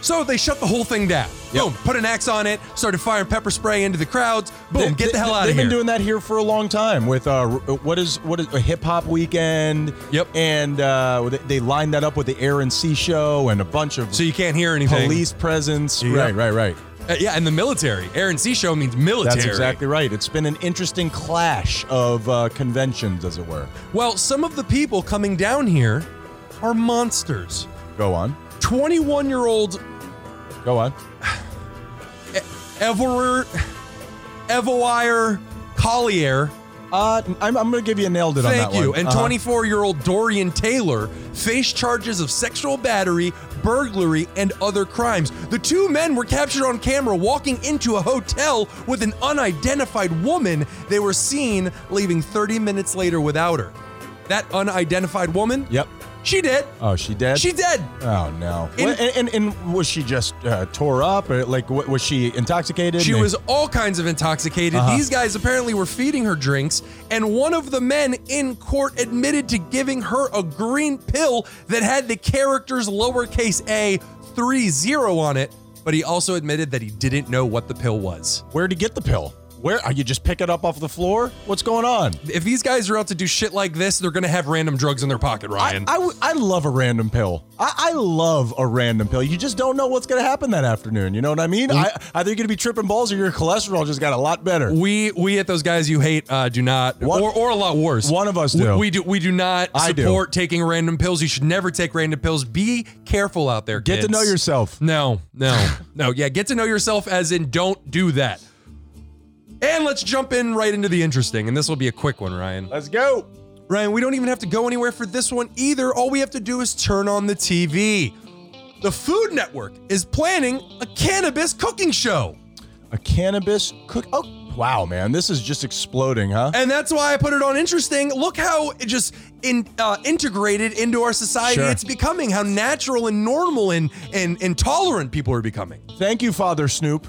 S2: So they shut the whole thing down.
S1: Yep.
S2: Boom, put an axe on it, started firing pepper spray into the crowds. Boom,
S1: They-
S2: get
S1: they-
S2: the hell out of
S1: They've
S2: here.
S1: been doing that here for a long time with uh, r- what is what is a hip hop weekend.
S2: Yep.
S1: And uh, they- they lined that up with the Air and Sea show and a bunch of
S2: so you can't hear anything.
S1: police presence.
S2: Yeah.
S1: Right, right, right.
S2: Uh, yeah, and the military. Aaron C. Show means military.
S1: That's exactly right. It's been an interesting clash of uh, conventions, as it were.
S2: Well, some of the people coming down here are monsters.
S1: Go on,
S2: 21 year old
S1: go on.
S2: Ever. Evowire Collier.
S1: Uh, I'm, I'm gonna give you a nailed it on that
S2: Thank you.
S1: one.
S2: And
S1: Uh-huh.
S2: 24 year old Dorian Taylor faced charges of sexual battery, burglary, and other crimes. The two men were captured on camera walking into a hotel with an unidentified woman. They were seen leaving 30 minutes later without her. That unidentified woman?
S1: Yep.
S2: She did.
S1: Oh, she dead.
S2: She did.
S1: Oh no!
S2: In-
S1: Well, and, and and was she just uh, tore up, or like wa- was she intoxicated?
S2: She
S1: They- Uh-huh.
S2: was all kinds of intoxicated. These guys apparently were feeding her drinks, and one of the men in court admitted to giving her a green pill that had the characters lowercase a 30 on it, but he also admitted that he didn't know what the pill was.
S1: Where'd you get the pill? Where are you just pick it up off the floor? What's going on?
S2: If these guys are out to do shit like this, they're gonna have random drugs in their pocket,
S1: I,
S2: Ryan.
S1: I, w- I love a random pill. I, I love a random pill. You just don't know what's going to happen that afternoon. You know what I
S2: Mm.
S1: mean? I, either you're going to be tripping balls or your cholesterol just got a lot better.
S2: we we at those guys you hate uh, do not
S1: One-
S2: or, or a lot worse.
S1: one of us
S2: We-
S1: do.
S2: We, do we do not
S1: I do.
S2: support taking random pills. You should never take random pills. Be careful out there.
S1: Get to
S2: kids.
S1: know yourself.
S2: No, no, no. Yeah, get to know yourself as in don't do that. And let's jump in right into the interesting, and this will be a quick one, Ryan.
S1: Let's go.
S2: Ryan, we don't even have to go anywhere for this one either. All we have to do is turn on the TV. The Food Network is planning a cannabis cooking show.
S1: A cannabis cook. Oh, wow, man. This is just exploding, huh?
S2: And that's why I put it on interesting. Look how it just in, uh, integrated into our society
S1: Sure.
S2: it's becoming, how natural and normal and, and, and tolerant people are becoming.
S1: Thank you, Father Snoop.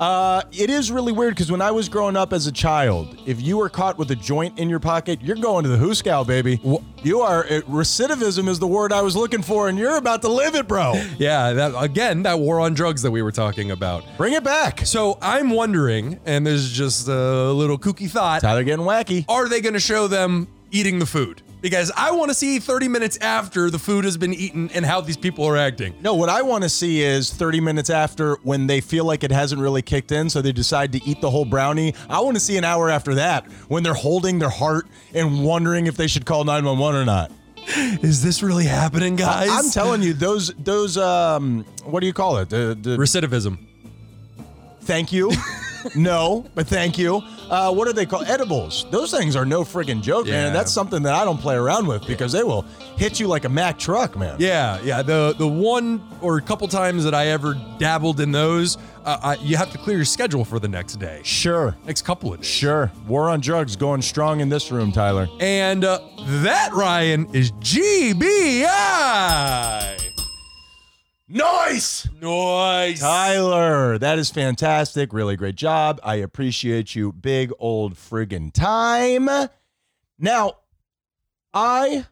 S1: Uh, it is really weird because when I was growing up as a child, if you were caught with a joint in your pocket, you're going to the hooscow, baby. You are it, recidivism is the word I was looking for, and you're about to live it, bro.
S2: Yeah, that again, that war on drugs that we were talking about.
S1: Bring it back.
S2: So I'm wondering, and there's just a little kooky thought:
S1: Tyler getting wacky.
S2: Are they going to show them eating the food? Because I want to see 30 minutes after the food has been eaten and how these people are acting.
S1: No, what I want to see is 30 minutes after when they feel like it hasn't really kicked in, so they decide to eat the whole brownie. I want to see an hour after that when they're holding their heart and wondering if they should call 911 or not.
S2: Is this really happening, guys?
S1: I'm telling you, those those um, what do you call it? The, the
S2: Recidivism.
S1: Thank you. no, but thank you. Uh, what are they called? Edibles. Those things are no friggin' joke,
S2: Yeah.
S1: man. That's something that I don't play around with because they will hit you like a Mack truck, man.
S2: Yeah, yeah. The the one or a couple times that I ever dabbled in those, uh, I, you have to clear your schedule for the next day,
S1: Sure.
S2: next couple of days.
S1: Sure. War on drugs going strong in this room, Tyler.
S2: And uh, that, Ryan, is GBI.
S1: Nice!
S2: Nice.
S1: Tyler, that is fantastic. Really great job. I appreciate you. Big old friggin' time. Now, I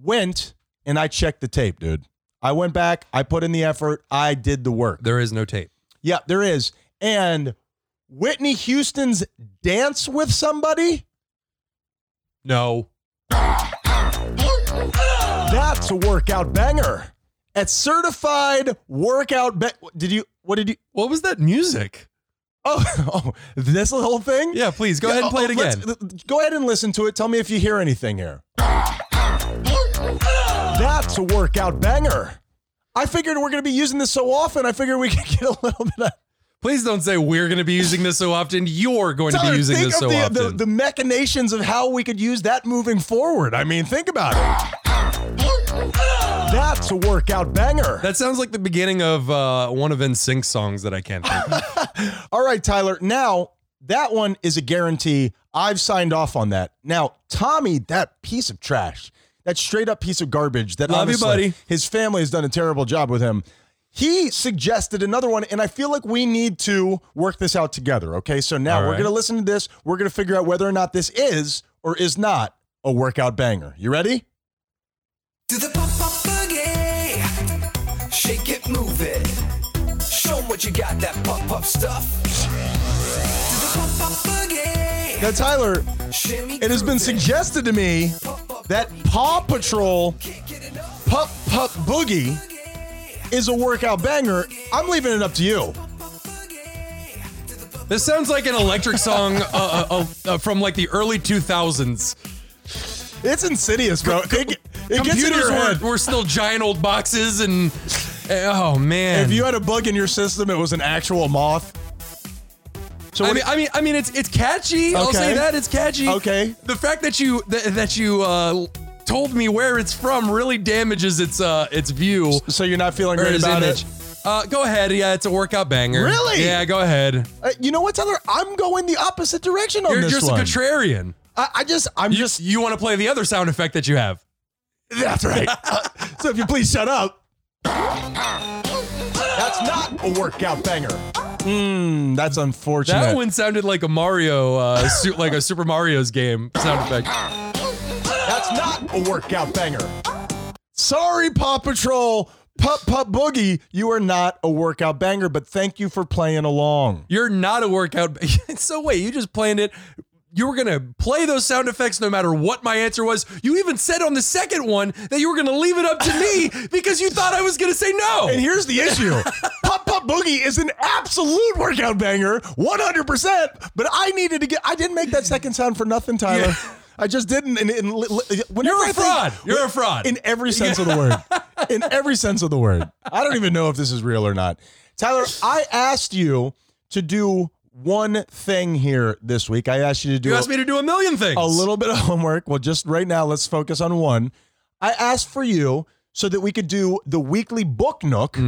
S1: went and I checked the tape, dude. I went back, I put in the effort, I did the work.
S2: There is no tape.
S1: Yeah, there is. And Whitney Houston's dance with somebody,
S2: No.
S1: that's a workout banger. At certified workout ba- did you what did you
S2: What was that music?
S1: Oh, oh this whole thing?
S2: Yeah, please go
S1: Yeah,
S2: ahead and play
S1: oh,
S2: it
S1: let's-
S2: again.
S1: Go ahead and listen to it. Tell me if you hear anything here. That's a workout banger. I figured we're going to be using this so often. I figured we could get a little bit of.
S2: Please don't say we're going to be using this so often. You're going to
S1: Tyler,
S2: be using
S1: think
S2: this
S1: of
S2: so
S1: the,
S2: often.
S1: the, the machinations of how we could use that moving forward. I mean, think about it. That's a workout banger.
S2: that sounds like the beginning of uh, one of NSYNC's songs that I can't think of.
S1: All right, Tyler. Now that one is a guarantee. I've signed off on that. Now, Tommy, that piece of trash, that straight up piece of garbage that
S2: Love you,
S1: honestly,
S2: buddy.
S1: his family has done a terrible job with him. He suggested another one, and I feel like we need to work this out together. Okay, so now
S2: All
S1: we're
S2: right.
S1: gonna listen to this. We're gonna figure out whether or not this is or is not a workout banger. You ready?
S4: Do the pop pop boogie. Shake it, move it. Show 'em what you got, that pop pop stuff. Do the pop pop boogie.
S1: Now, Tyler,
S4: Shimmy,
S1: it has been
S4: groove
S1: suggested to me that Paw Patrol
S4: Can't get enough
S1: Pup Pup Boogie
S4: boogie.
S1: is a workout banger. I'm leaving it up to you.
S4: Do the pop-
S2: this sounds like an electric song uh, uh, uh, uh, from like the early 2000s.
S1: It's insidious, bro. It, it gets in
S2: Computers
S1: your
S2: were,
S1: head.
S2: were still giant old boxes, and oh man.
S1: If you had a bug in your system, it was an actual moth. So
S2: I
S1: what
S2: mean, I mean, I mean, it's it's catchy. I'll
S1: Okay.
S2: say that it's catchy.
S1: Okay.
S2: The fact that you that, that you uh, told me where it's from really damages its uh its view
S1: so you're not feeling
S2: or
S1: great
S2: its
S1: about
S2: image.
S1: it.
S2: Uh, go ahead. Yeah, it's a workout banger.
S1: Really?
S2: Yeah, go ahead.
S1: Uh, you know what, Tyler? I'm going the opposite direction on
S2: You're
S1: this
S2: just
S1: one.
S2: a contrarian.
S1: I, I just, I'm
S2: You,
S1: just.
S2: you want to play the other sound effect that you have.
S1: That's right. Uh, so if you please shut up. That's not a workout banger. Mmm, that's unfortunate.
S2: That one sounded like a Mario, uh, su- like a Super Mario's game sound effect.
S1: That's not a workout banger. Sorry, Paw Patrol, Pup Pup Boogie, you are not a workout banger, but thank you for playing along.
S2: You're not a workout. so wait, you just planned it. You were gonna play those sound effects no matter what my answer was. You even said on the second one that you were gonna leave it up to me because you thought I was gonna say
S1: And
S2: no.
S1: here's the issue Pup Pup Boogie is an absolute workout banger, 100%, but I needed to get, I didn't make that second sound for nothing, Tyler.
S2: Yeah.
S1: I just didn't. And, and li- li- whenever
S2: You're a
S1: I think-
S2: fraud. You're a fraud.
S1: in every sense of the word. In every sense of the word. I don't even know if this is real or not. Tyler, I asked you to do one thing here this week. I asked you to do
S2: You
S1: a,
S2: asked me to do a million things.
S1: a little bit of homework. Well, just right now, let's focus on one. I asked for you so that we could do the weekly book nook.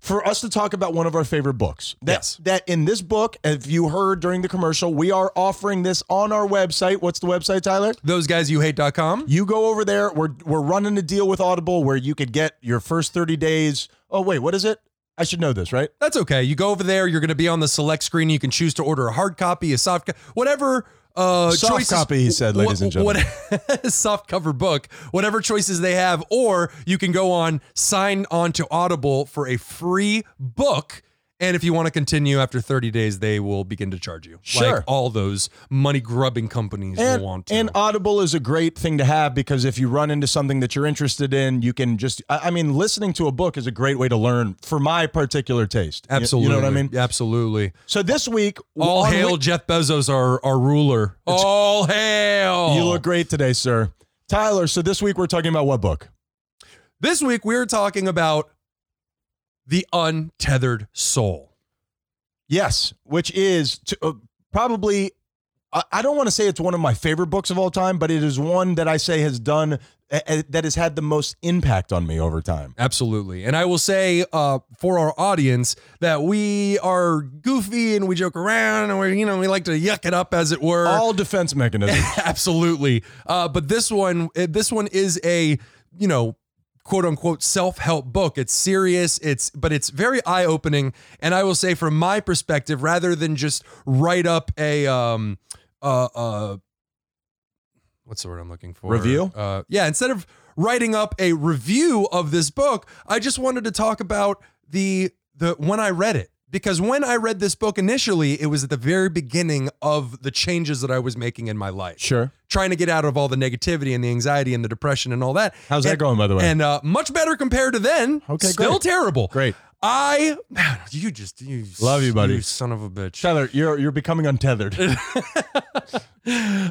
S1: for us to talk about one of our favorite books. That,
S2: Yes.
S1: That in this book, if you heard during the commercial, we are offering this on our website. What's the website, Tyler?
S2: Those guys you hate.com.
S1: You go over there. We're we're running a deal with Audible where you could get your first 30 days. Oh wait, what is it? I should know this, right?
S2: That's okay. You go over there. You're going to be on the select screen. You can choose to order a hard copy, a soft, co- whatever. Uh,
S1: Soft
S2: choices,
S1: copy, he said, ladies and gentlemen.
S2: What, soft cover book, whatever choices they have, or you can go on sign on to Audible for a free book. And if you want to continue after 30 days, they will begin to charge you.
S1: Sure.
S2: Like all those money grubbing companies
S1: And,
S2: will want to.
S1: and Audible is a great thing to have because if you run into something that you're interested in, you can just, I, I mean, listening to a book is a great way to learn for my particular taste. You-
S2: Absolutely.
S1: You, know what I mean?
S2: Absolutely.
S1: So this week,
S2: All
S1: on
S2: hail
S1: Wik-
S2: Jeff Bezos, our, our ruler. All hail.
S1: You look great today, sir. Tyler, so this week we're talking about what book?
S2: This week we're talking about the untethered soul.
S1: Yes, which is to, uh, probably, I, I don't want to say it's one of my favorite books of all time, but it is one that I say has done, uh, uh, that has had the most impact on me over time.
S2: Absolutely. And I will say uh, for our audience that we are goofy and we joke around and we're, you know, we like to yuck it up as it were.
S1: All defense mechanisms.
S2: Absolutely. Uh, but this one, uh, this one is a, you know, quote unquote self-help book. It's serious. It's, but it's very eye-opening. And I will say from my perspective, rather than just write up a, um, uh uh what's the word I'm looking for?
S1: Review?
S2: Uh yeah, instead of writing up a review of this book, I just wanted to talk about the the when I read it. Because when I read this book initially, it was at the very beginning of the changes that I was making in my life.
S1: Sure.
S2: Trying to get out of all the negativity and the anxiety and the depression and all that.
S1: How's that
S2: And-
S1: going, by the way?
S2: And uh, much better compared to then.
S1: Okay,
S2: Still
S1: great.
S2: terrible.
S1: Great.
S2: I man, you just you
S1: Love you, buddy.
S2: son of a bitch.
S1: Tyler, you're you're becoming untethered.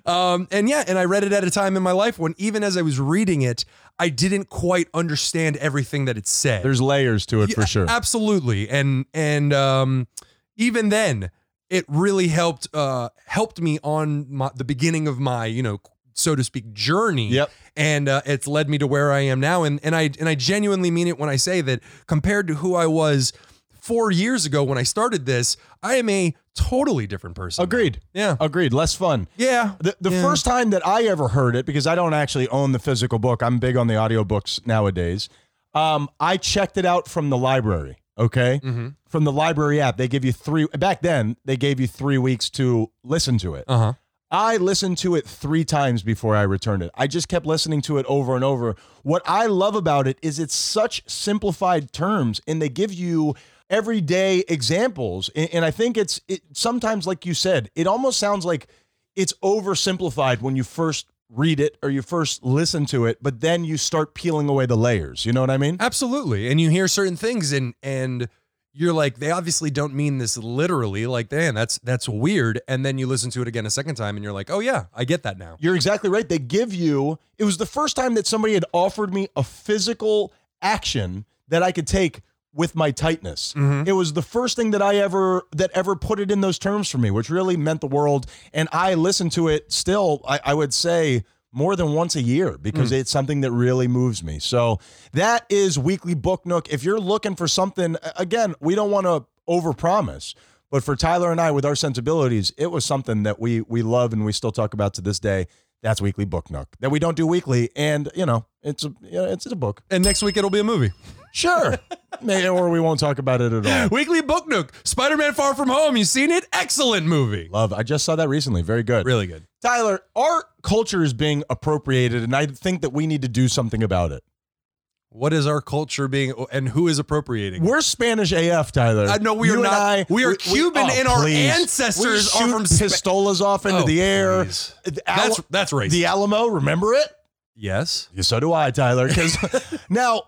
S2: Um, and yeah, and I read it at a time in my life when even as I was reading it, I didn't quite understand everything that it said.
S1: There's layers to it for
S2: Yeah,
S1: sure.
S2: Absolutely. And and um even then it really helped uh helped me on my, the beginning of my, you know, so to speak journey.
S1: Yep.
S2: And uh, it's led me to where I am now and and I and I genuinely mean it when I say that compared to who I was 4 years ago when I started this, I am a totally different person. now.
S1: Agreed.
S2: Yeah.
S1: Agreed. Less fun.
S2: Yeah.
S1: The, the
S2: Yeah.
S1: first time that I ever heard it, because I don't actually own the physical book, I'm big on the audiobooks nowadays. Um, I checked it out from the library, okay?
S2: Mm-hmm.
S1: From the library app. They give you three, back then, they gave you three weeks to listen to it.
S2: Uh-huh.
S1: I listened to it three times before I returned it. I just kept listening to it over and over. What I love about it is it's such simplified terms and they give you everyday examples. And, and I think it's it, sometimes, like you said, it almost sounds like it's oversimplified when you first read it or you first listen to it, but then you start peeling away the layers. You know what I mean?
S2: Absolutely. And you hear certain things and and you're like, they obviously don't mean this literally. Like, man, that's that's weird. And then you listen to it again a second time and you're like, oh yeah, I get that now.
S1: You're exactly right. They give you, it was the first time that somebody had offered me a physical action that I could take with my tightness. It was the first thing that I ever that ever put it in those terms for me, which really meant the world. And I listen to it still, I, I would say more than once a year because it's something that really moves me. So that is weekly book nook. If you're looking for something, a- again, we don't want to overpromise. But for Tyler and I, with our sensibilities, it was something that we we love and we still talk about to this day. That's weekly book nook that we don't do weekly, and you know it's a you know, it's a book.
S2: And next week it'll be a movie.
S1: Sure, May- or we won't talk about it at all.
S2: Weekly Book Nook, Spider Man Far From Home. You seen it? Excellent movie.
S1: Love. I just saw that recently. Very good.
S2: Really good.
S1: Tyler, our culture is being appropriated, and I think that we need to do something about it.
S2: What is our culture being and who is appropriating?
S1: We're Spanish AF, Tyler.
S2: Uh, no, we
S1: You
S2: are
S1: and
S2: not.
S1: I- Oh,
S2: We are Cuban and our ancestors
S1: we
S2: are
S1: shoot
S2: from Spa-
S1: pistolas off into
S2: Oh,
S1: the air.
S2: please.
S1: The Al-
S2: That's that's racist.
S1: the Alamo. Remember it?
S2: yes.
S1: Yeah, so do I, Tyler. Because now,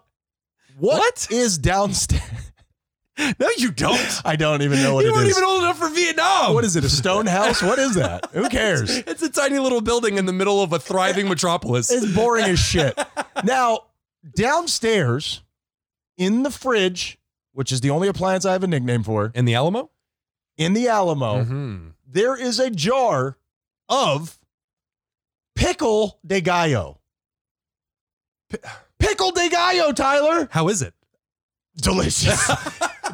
S1: what
S2: What?
S1: is downstairs?
S2: No, you don't.
S1: I don't even know what
S2: you
S1: it
S2: weren't
S1: is.
S2: even old enough for Vietnam.
S1: what is it? A stone house? What is that? Who cares?
S2: It's a tiny little building in the middle of a thriving metropolis.
S1: It's boring as shit. Now, downstairs in the fridge, which is the only appliance I have a nickname for,
S2: In the Alamo?
S1: in the Alamo,
S2: hmm
S1: there is a jar of pickle de gallo. Pi- Pickle de gallo, Tyler.
S2: How is it?
S1: Delicious.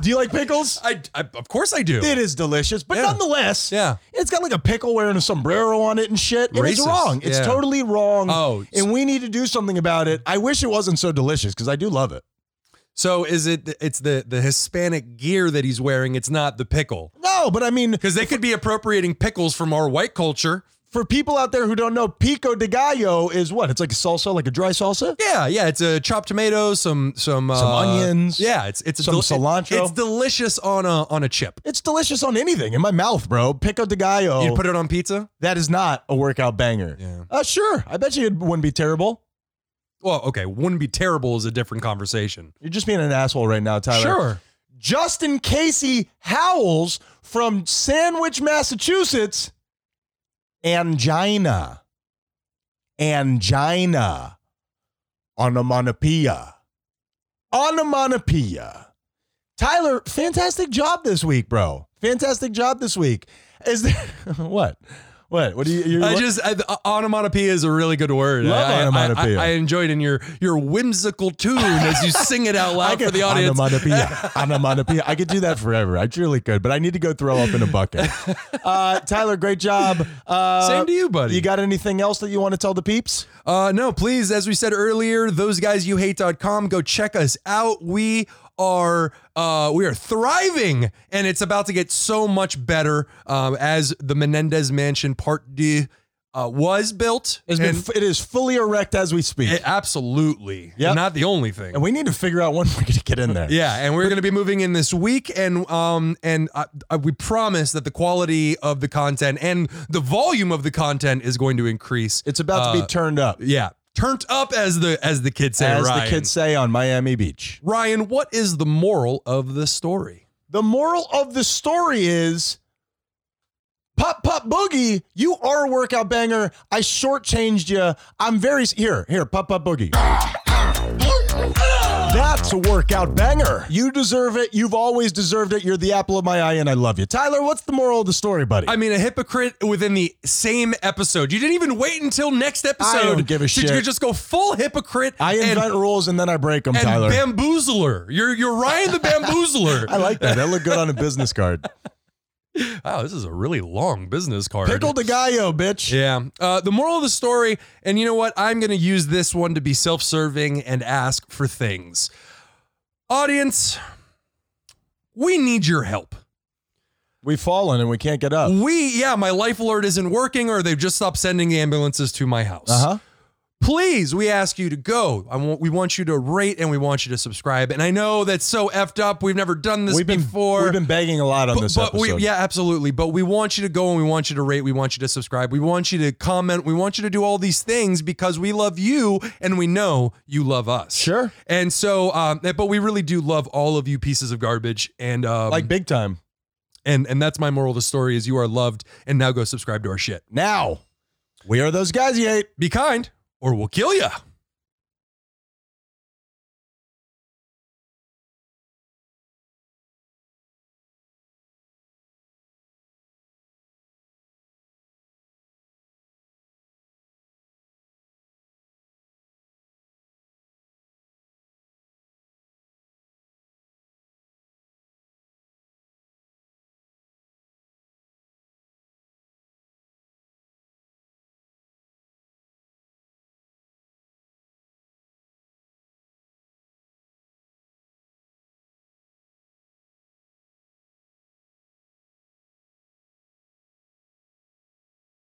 S1: do you like pickles?
S2: I, I of course I do.
S1: It is delicious, but
S2: Yeah.
S1: nonetheless,
S2: Yeah.
S1: it's got like a pickle wearing a sombrero on it and shit. And It's
S2: Racist.
S1: wrong. It's
S2: Yeah.
S1: totally wrong.
S2: Oh,
S1: and we need to do something about it. I wish it wasn't so delicious because I do love it.
S2: so is it? It's the the Hispanic gear that he's wearing. It's not the pickle
S1: No, but I mean,
S2: because they could be appropriating pickles from our white culture.
S1: for people out there who don't know, pico de gallo is what? It's like a salsa, like a dry salsa.
S2: Yeah, yeah. It's a chopped tomato, some some
S1: Some
S2: uh,
S1: onions.
S2: Yeah, it's it's a
S1: Some
S2: deli-
S1: cilantro.
S2: It's delicious on a on a chip.
S1: It's delicious on anything in my mouth, bro. Pico de gallo.
S2: You'd put it on pizza.
S1: that is not a workout banger.
S2: Yeah.
S1: Uh, sure. I bet you it wouldn't be terrible.
S2: Well, okay. Wouldn't be terrible is a different conversation.
S1: You're just being an asshole right now, Tyler.
S2: Sure.
S1: Justin Casey Howells from Sandwich, Massachusetts. Angina. Angina. Onomatopoeia. Onomatopoeia. Tyler, fantastic job this week, bro. Fantastic job this week. Is there what? What? What do you? You're,
S2: I just I, the- onomatopoeia is a really good word.
S1: Love
S2: I, I-
S1: onomatopoeia.
S2: I, I enjoyed in your your whimsical tune as you sing it out
S1: I
S2: loud
S1: could
S2: for the audience.
S1: Onomatopoeia. onomatopoeia. I could do that forever. I truly could, but I need to go throw up in a bucket. Uh, Tyler, great job. Uh,
S2: Same to you, buddy.
S1: You got anything else that you want to tell the peeps?
S2: Uh, no, please, as we said earlier, thoseguysyouhate.com, go check us out. We are uh, we are thriving, and it's about to get so much better um, as the Menendez Mansion Part D uh, was built.
S1: It's been,
S2: and-
S1: it is fully erect as we speak.
S2: it- absolutely,
S1: Yep.
S2: not the only thing.
S1: and we need to figure out when we're going to get in there.
S2: Yeah, and we're going to be moving in this week, and um, and uh, uh, we promise that the quality of the content and the volume of the content is going to increase.
S1: It's about to
S2: Uh,
S1: be turned up,
S2: yeah, turned up as the as the kids say.
S1: as
S2: Ryan.
S1: the kids say on Miami Beach.
S2: Ryan, what is the moral of the story?
S1: The moral of the story is Pop Pop Boogie, you are a workout banger. I shortchanged you. I'm very here, here, Pop Pop Boogie. That's a workout banger. You deserve it. You've always deserved it. You're the apple of my eye, and I love you. Tyler, what's the moral of the story, buddy?
S2: I mean, a hypocrite within the same episode. You didn't even wait until next episode.
S1: give a
S2: to
S1: shit.
S2: just go full hypocrite.
S1: I
S2: and,
S1: invent rules and then I break them,
S2: and
S1: Tyler.
S2: bamboozler. You're you're Ryan the bamboozler.
S1: I like that. That looked good on a business card.
S2: wow, this is a really long business card.
S1: Pickle de gallo, bitch.
S2: Yeah. Uh, the moral of the story, and you know what? I'm going to use this one to be self serving and ask for things. Audience, we need your help.
S1: We've fallen and we can't get up.
S2: We, yeah, my life alert isn't working, or they've just stopped sending the ambulances to my house.
S1: Uh huh.
S2: Please, we ask you to go. I want, we want you to rate and we want you to subscribe. And I know that's so effed up. We've never done this
S1: We've been
S2: before.
S1: we've been begging a lot on
S2: But-
S1: this
S2: but
S1: episode.
S2: we yeah absolutely but we want you to go and we want you to rate we want you to subscribe we want you to comment we want you to do all these things because we love you and we know you love us
S1: Sure.
S2: and so um but we really do love all of you pieces of garbage and um
S1: like big time.
S2: and and that's my moral of the story is you are loved and now go subscribe to our shit
S1: Now, we are those guys you hate.
S2: be kind or we'll kill you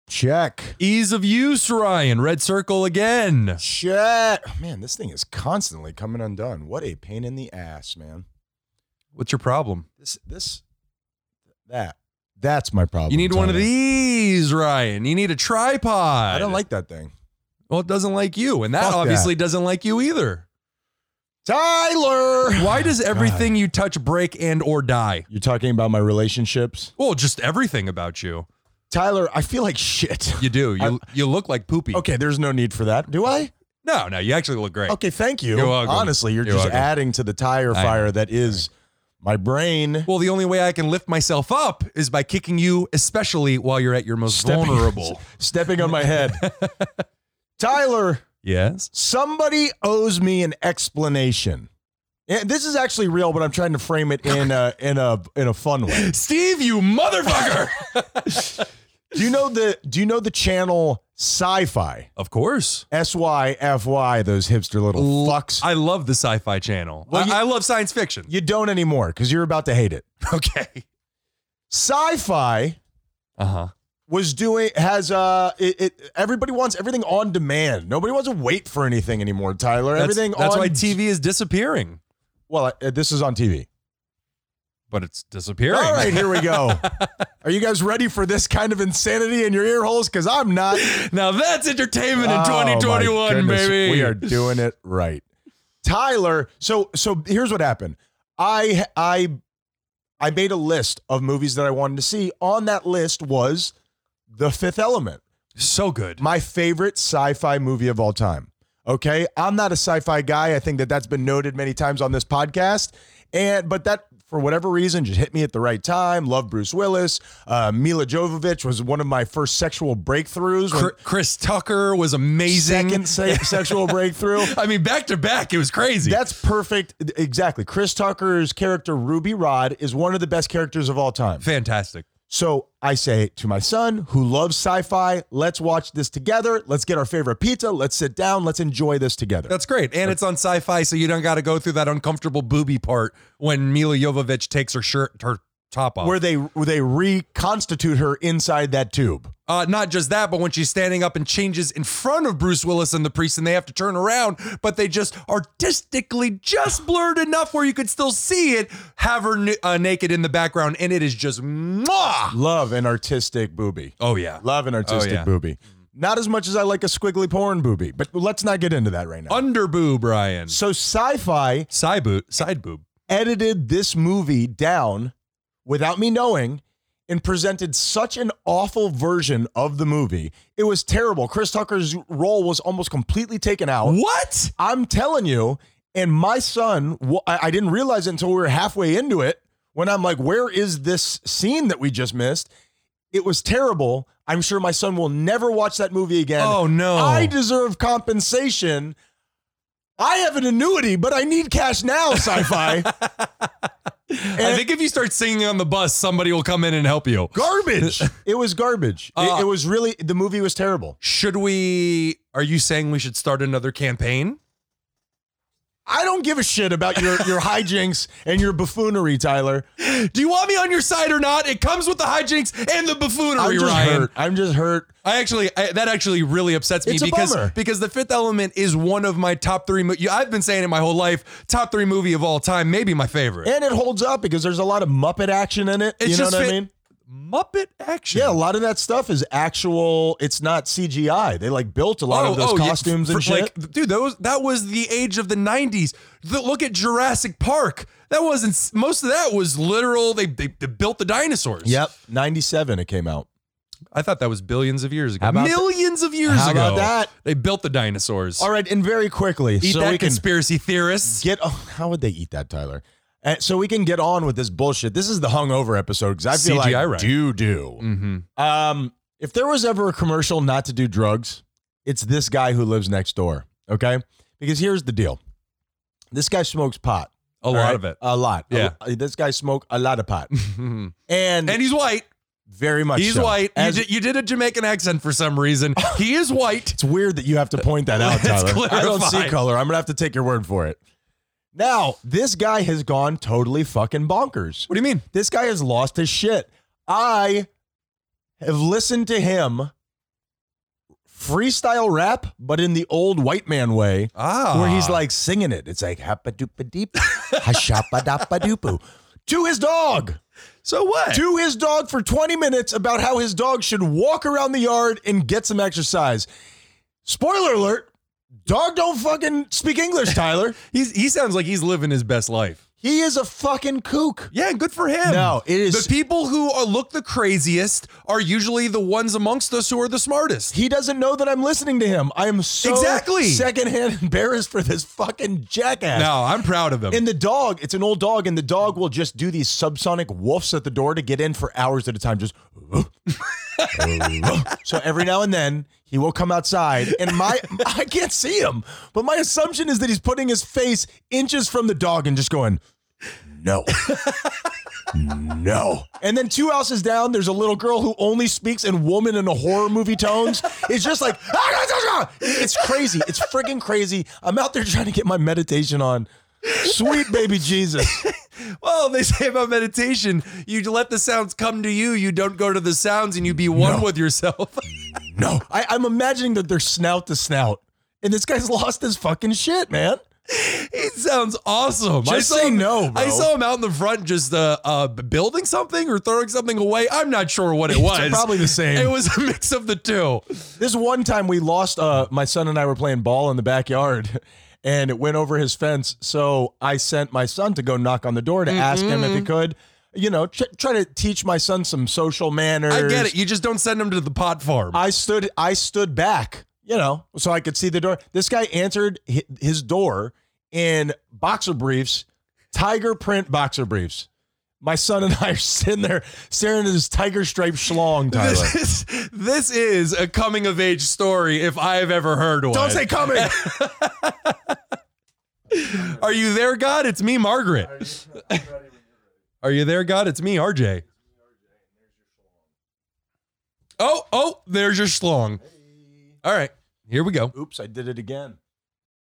S1: Check.
S2: ease of use ryan red circle again
S1: Check. Oh, Man, this thing is constantly coming undone. What a pain in the ass, man.
S2: what's your problem
S1: This this that that's my problem.
S2: you need one of
S1: Tyler.
S2: these ryan you need a tripod
S1: I don't like that thing.
S2: well it doesn't like you and that
S1: Fuck that.
S2: obviously doesn't like you either
S1: Tyler.
S2: Why does everything you touch break and or die?
S1: You're talking about my relationships?
S2: Well, just everything about you.
S1: Tyler, I feel like shit.
S2: You do. You you look like poopy.
S1: Okay, there's no need for that. Do I?
S2: No, no, you actually look great.
S1: Okay, thank you.
S2: You're welcome.
S1: Honestly, you're,
S2: You're
S1: just
S2: welcome.
S1: adding to the tire
S2: know.
S1: fire that is my brain.
S2: Well, the only way I can lift myself up is by kicking you, especially while you're at your most
S1: Stepping-
S2: vulnerable.
S1: stepping on my head. Tyler,
S2: yes.
S1: somebody owes me an explanation. And this is actually real, but I'm trying to frame it in a in a in a fun way.
S2: Steve, you motherfucker.
S1: Do you know the Do you know the channel Sci-Fi?
S2: of course.
S1: S Y F Y. Those hipster little fucks.
S2: I love the sci-fi channel.
S1: Well,
S2: I,
S1: you-
S2: I love science fiction.
S1: you don't anymore because you're about to hate it.
S2: Okay.
S1: Sci-Fi
S2: Uh-huh.
S1: was doing has uh it, it everybody wants everything on demand. Nobody wants to wait for anything anymore, Tyler.
S2: That's-
S1: everything
S2: That's
S1: on
S2: why TV is disappearing.
S1: Well, uh, this is on TV.
S2: But it's disappearing.
S1: All right, here we go. Are you guys ready for this kind of insanity in your ear holes? Because I'm not.
S2: Now that's entertainment in
S1: Oh, my
S2: 2021,
S1: goodness,
S2: baby.
S1: We are doing it right. Tyler, so so here's what happened. I I I made a list of movies that I wanted to see. On that list was The Fifth Element,
S2: so good.
S1: my favorite sci-fi movie of all time. Okay? I'm not a sci-fi guy. I think that that's been noted many times on this podcast. And but that for whatever reason just hit me at the right time. Love Bruce Willis. Uh, Mila Jovovich was one of my first sexual breakthroughs. when-
S2: Chr- Chris Tucker was amazing.
S1: second se- sexual breakthrough.
S2: I mean, back to back, it was crazy.
S1: That's perfect. Exactly. Chris Tucker's character, Ruby Rod, is one of the best characters of all time.
S2: fantastic.
S1: So I say to my son, who loves sci fi, let's watch this together. Let's get our favorite pizza. Let's sit down. Let's enjoy this together.
S2: That's great. And it's on sci fi, so you don't got to go through that uncomfortable booby part when Mila Jovovich takes her shirt, her top off.
S1: where they where they reconstitute her inside that tube.
S2: Uh, not just that, but when she's standing up and changes in front of Bruce Willis and the priest, and they have to turn around, but they just artistically just blurred enough where you could still see it. Have her nu- uh, naked in the background, and it is just mwah.
S1: Love an artistic booby.
S2: Oh yeah,
S1: Love an artistic
S2: yeah.
S1: booby. Not as much as I like a squiggly porn booby, but let's not get into that right now.
S2: under boob, Brian.
S1: so sci-fi
S2: Side boot, side boob.
S1: edited this movie down without me knowing and presented such an awful version of the movie. It was terrible. Chris Tucker's role was almost completely taken out.
S2: What?
S1: I'm telling you. And my son, wa- I I didn't realize it until we were halfway into it when I'm like, where is this scene that we just missed? It was terrible. I'm sure my son will never watch that movie again.
S2: Oh no!
S1: I deserve compensation. I have an annuity, but I need cash now, sci fi.
S2: I think if you start singing on the bus, somebody will come in and help you.
S1: garbage. It was garbage. It-
S2: Uh,
S1: it was really, the movie was terrible.
S2: Should we? Are you saying we should start another campaign?
S1: I don't give a shit about your, your hijinks and your buffoonery, Tyler.
S2: Do you want me on your side or not? It comes with the hijinks and the buffoonery,
S1: I'm just
S2: Ryan.
S1: hurt. I'm just hurt.
S2: I actually I, that actually really upsets me
S1: It's a
S2: because
S1: bummer.
S2: because the Fifth Element is one of my top three. Mo- I've been saying it my whole life, top three movie of all time, maybe my favorite.
S1: And it holds up because there's a lot of Muppet action in it.
S2: It's
S1: you know
S2: just
S1: what I
S2: fit-
S1: mean?
S2: Muppet action.
S1: Yeah, a lot of that stuff is actual. It's not CGI. They like built a lot of those
S2: Oh, yeah.
S1: costumes
S2: For-
S1: and shit.
S2: Like, dude, those that was the age of the '90s. The- look at Jurassic Park. That wasn't s- most of that was literal. They, they they built the dinosaurs.
S1: yep, ninety seven. It came out.
S2: I thought that was billions of years ago.
S1: How about-
S2: Millions of years
S1: How
S2: ago.
S1: about that?
S2: They built the dinosaurs.
S1: All right, and very quickly,
S2: Eat
S1: so
S2: that,
S1: we can
S2: conspiracy theorists.
S1: get. Oh, how would they eat that, Tyler? Uh, so we can get on with this bullshit. This is the hungover episode because I feel
S2: CGI
S1: like
S2: right.
S1: do do.
S2: mm-hmm.
S1: Um, if there was ever a commercial not to do drugs, it's this guy who lives next door. Okay, because here's the deal: this guy smokes pot.
S2: A lot of it.
S1: A lot.
S2: Yeah.
S1: A- this guy smoked a lot of pot.
S2: Mhm.
S1: And,
S2: and he's white.
S1: very much
S2: He's
S1: so.
S2: white.
S1: As-
S2: you, did, you did a Jamaican accent for some reason. He is white.
S1: it's weird that you have to point that out,
S2: Let's
S1: Tyler. I don't see
S2: clarify.
S1: color. I'm going to have to take your word for it. Now, this guy has gone totally fucking bonkers.
S2: What do you mean?
S1: This guy has lost his shit. I have listened to him freestyle rap, but in the old white man way.
S2: Ah,
S1: where he's like singing it. It's like happa doopa deep, hashapa dappa doopoo. To his dog,
S2: so what?
S1: to his dog for 20 minutes about how his dog should walk around the yard and get some exercise. Spoiler alert, dog don't fucking speak English, Tyler.
S2: He's, he sounds like he's living his best life.
S1: he is a fucking kook.
S2: Yeah, good for him.
S1: No, it is-
S2: the people who are, look the craziest are usually the ones amongst us who are the smartest.
S1: He doesn't know that I'm listening to him. I am so
S2: Exactly.
S1: secondhand embarrassed for this fucking jackass.
S2: No, I'm proud of him.
S1: And the dog, it's an old dog, and the dog will just do these subsonic woofs at the door to get in for hours at a time. Just so every now and then he will come outside, and my I can't see him, but my assumption is that he's putting his face inches from the dog and just going, no. No. And then two houses down, there's a little girl who only speaks in woman and horror movie tones. It's just like, it's crazy. It's freaking crazy. I'm out there trying to get my meditation on. Sweet baby Jesus.
S2: well, they say about meditation, you let the sounds come to you. You don't go to the sounds, and you be one
S1: No.
S2: with yourself.
S1: No. I, I'm imagining that they're snout to snout. And this guy's lost his fucking shit, man.
S2: It sounds awesome. I
S1: Just
S2: saw
S1: say
S2: him,
S1: no, bro.
S2: I saw him out in the front just uh, uh, b- building something or throwing something away. I'm not sure what it was.
S1: probably the same.
S2: It was a mix of the two.
S1: This one time we lost. Uh, my son and I were playing ball in the backyard, and it went over his fence. So I sent my son to go knock on the door to ask him if he could. You know, tr- try to teach my son some social manners.
S2: I get it. You just don't send him to the pot farm.
S1: I stood. I stood back. You know, so I could see the door. This guy answered hi- his door in boxer briefs, tiger print boxer briefs. My son and I are sitting there staring at his tiger striped schlong. Tyler,
S2: this is this is a coming of age story if I've ever heard one.
S1: don't say coming.
S2: Are you there, God? It's me, Margaret. Are you there, God? It's me, RJ. Oh, oh, there's your schlong. All right, here we go.
S1: Oops, I did it again.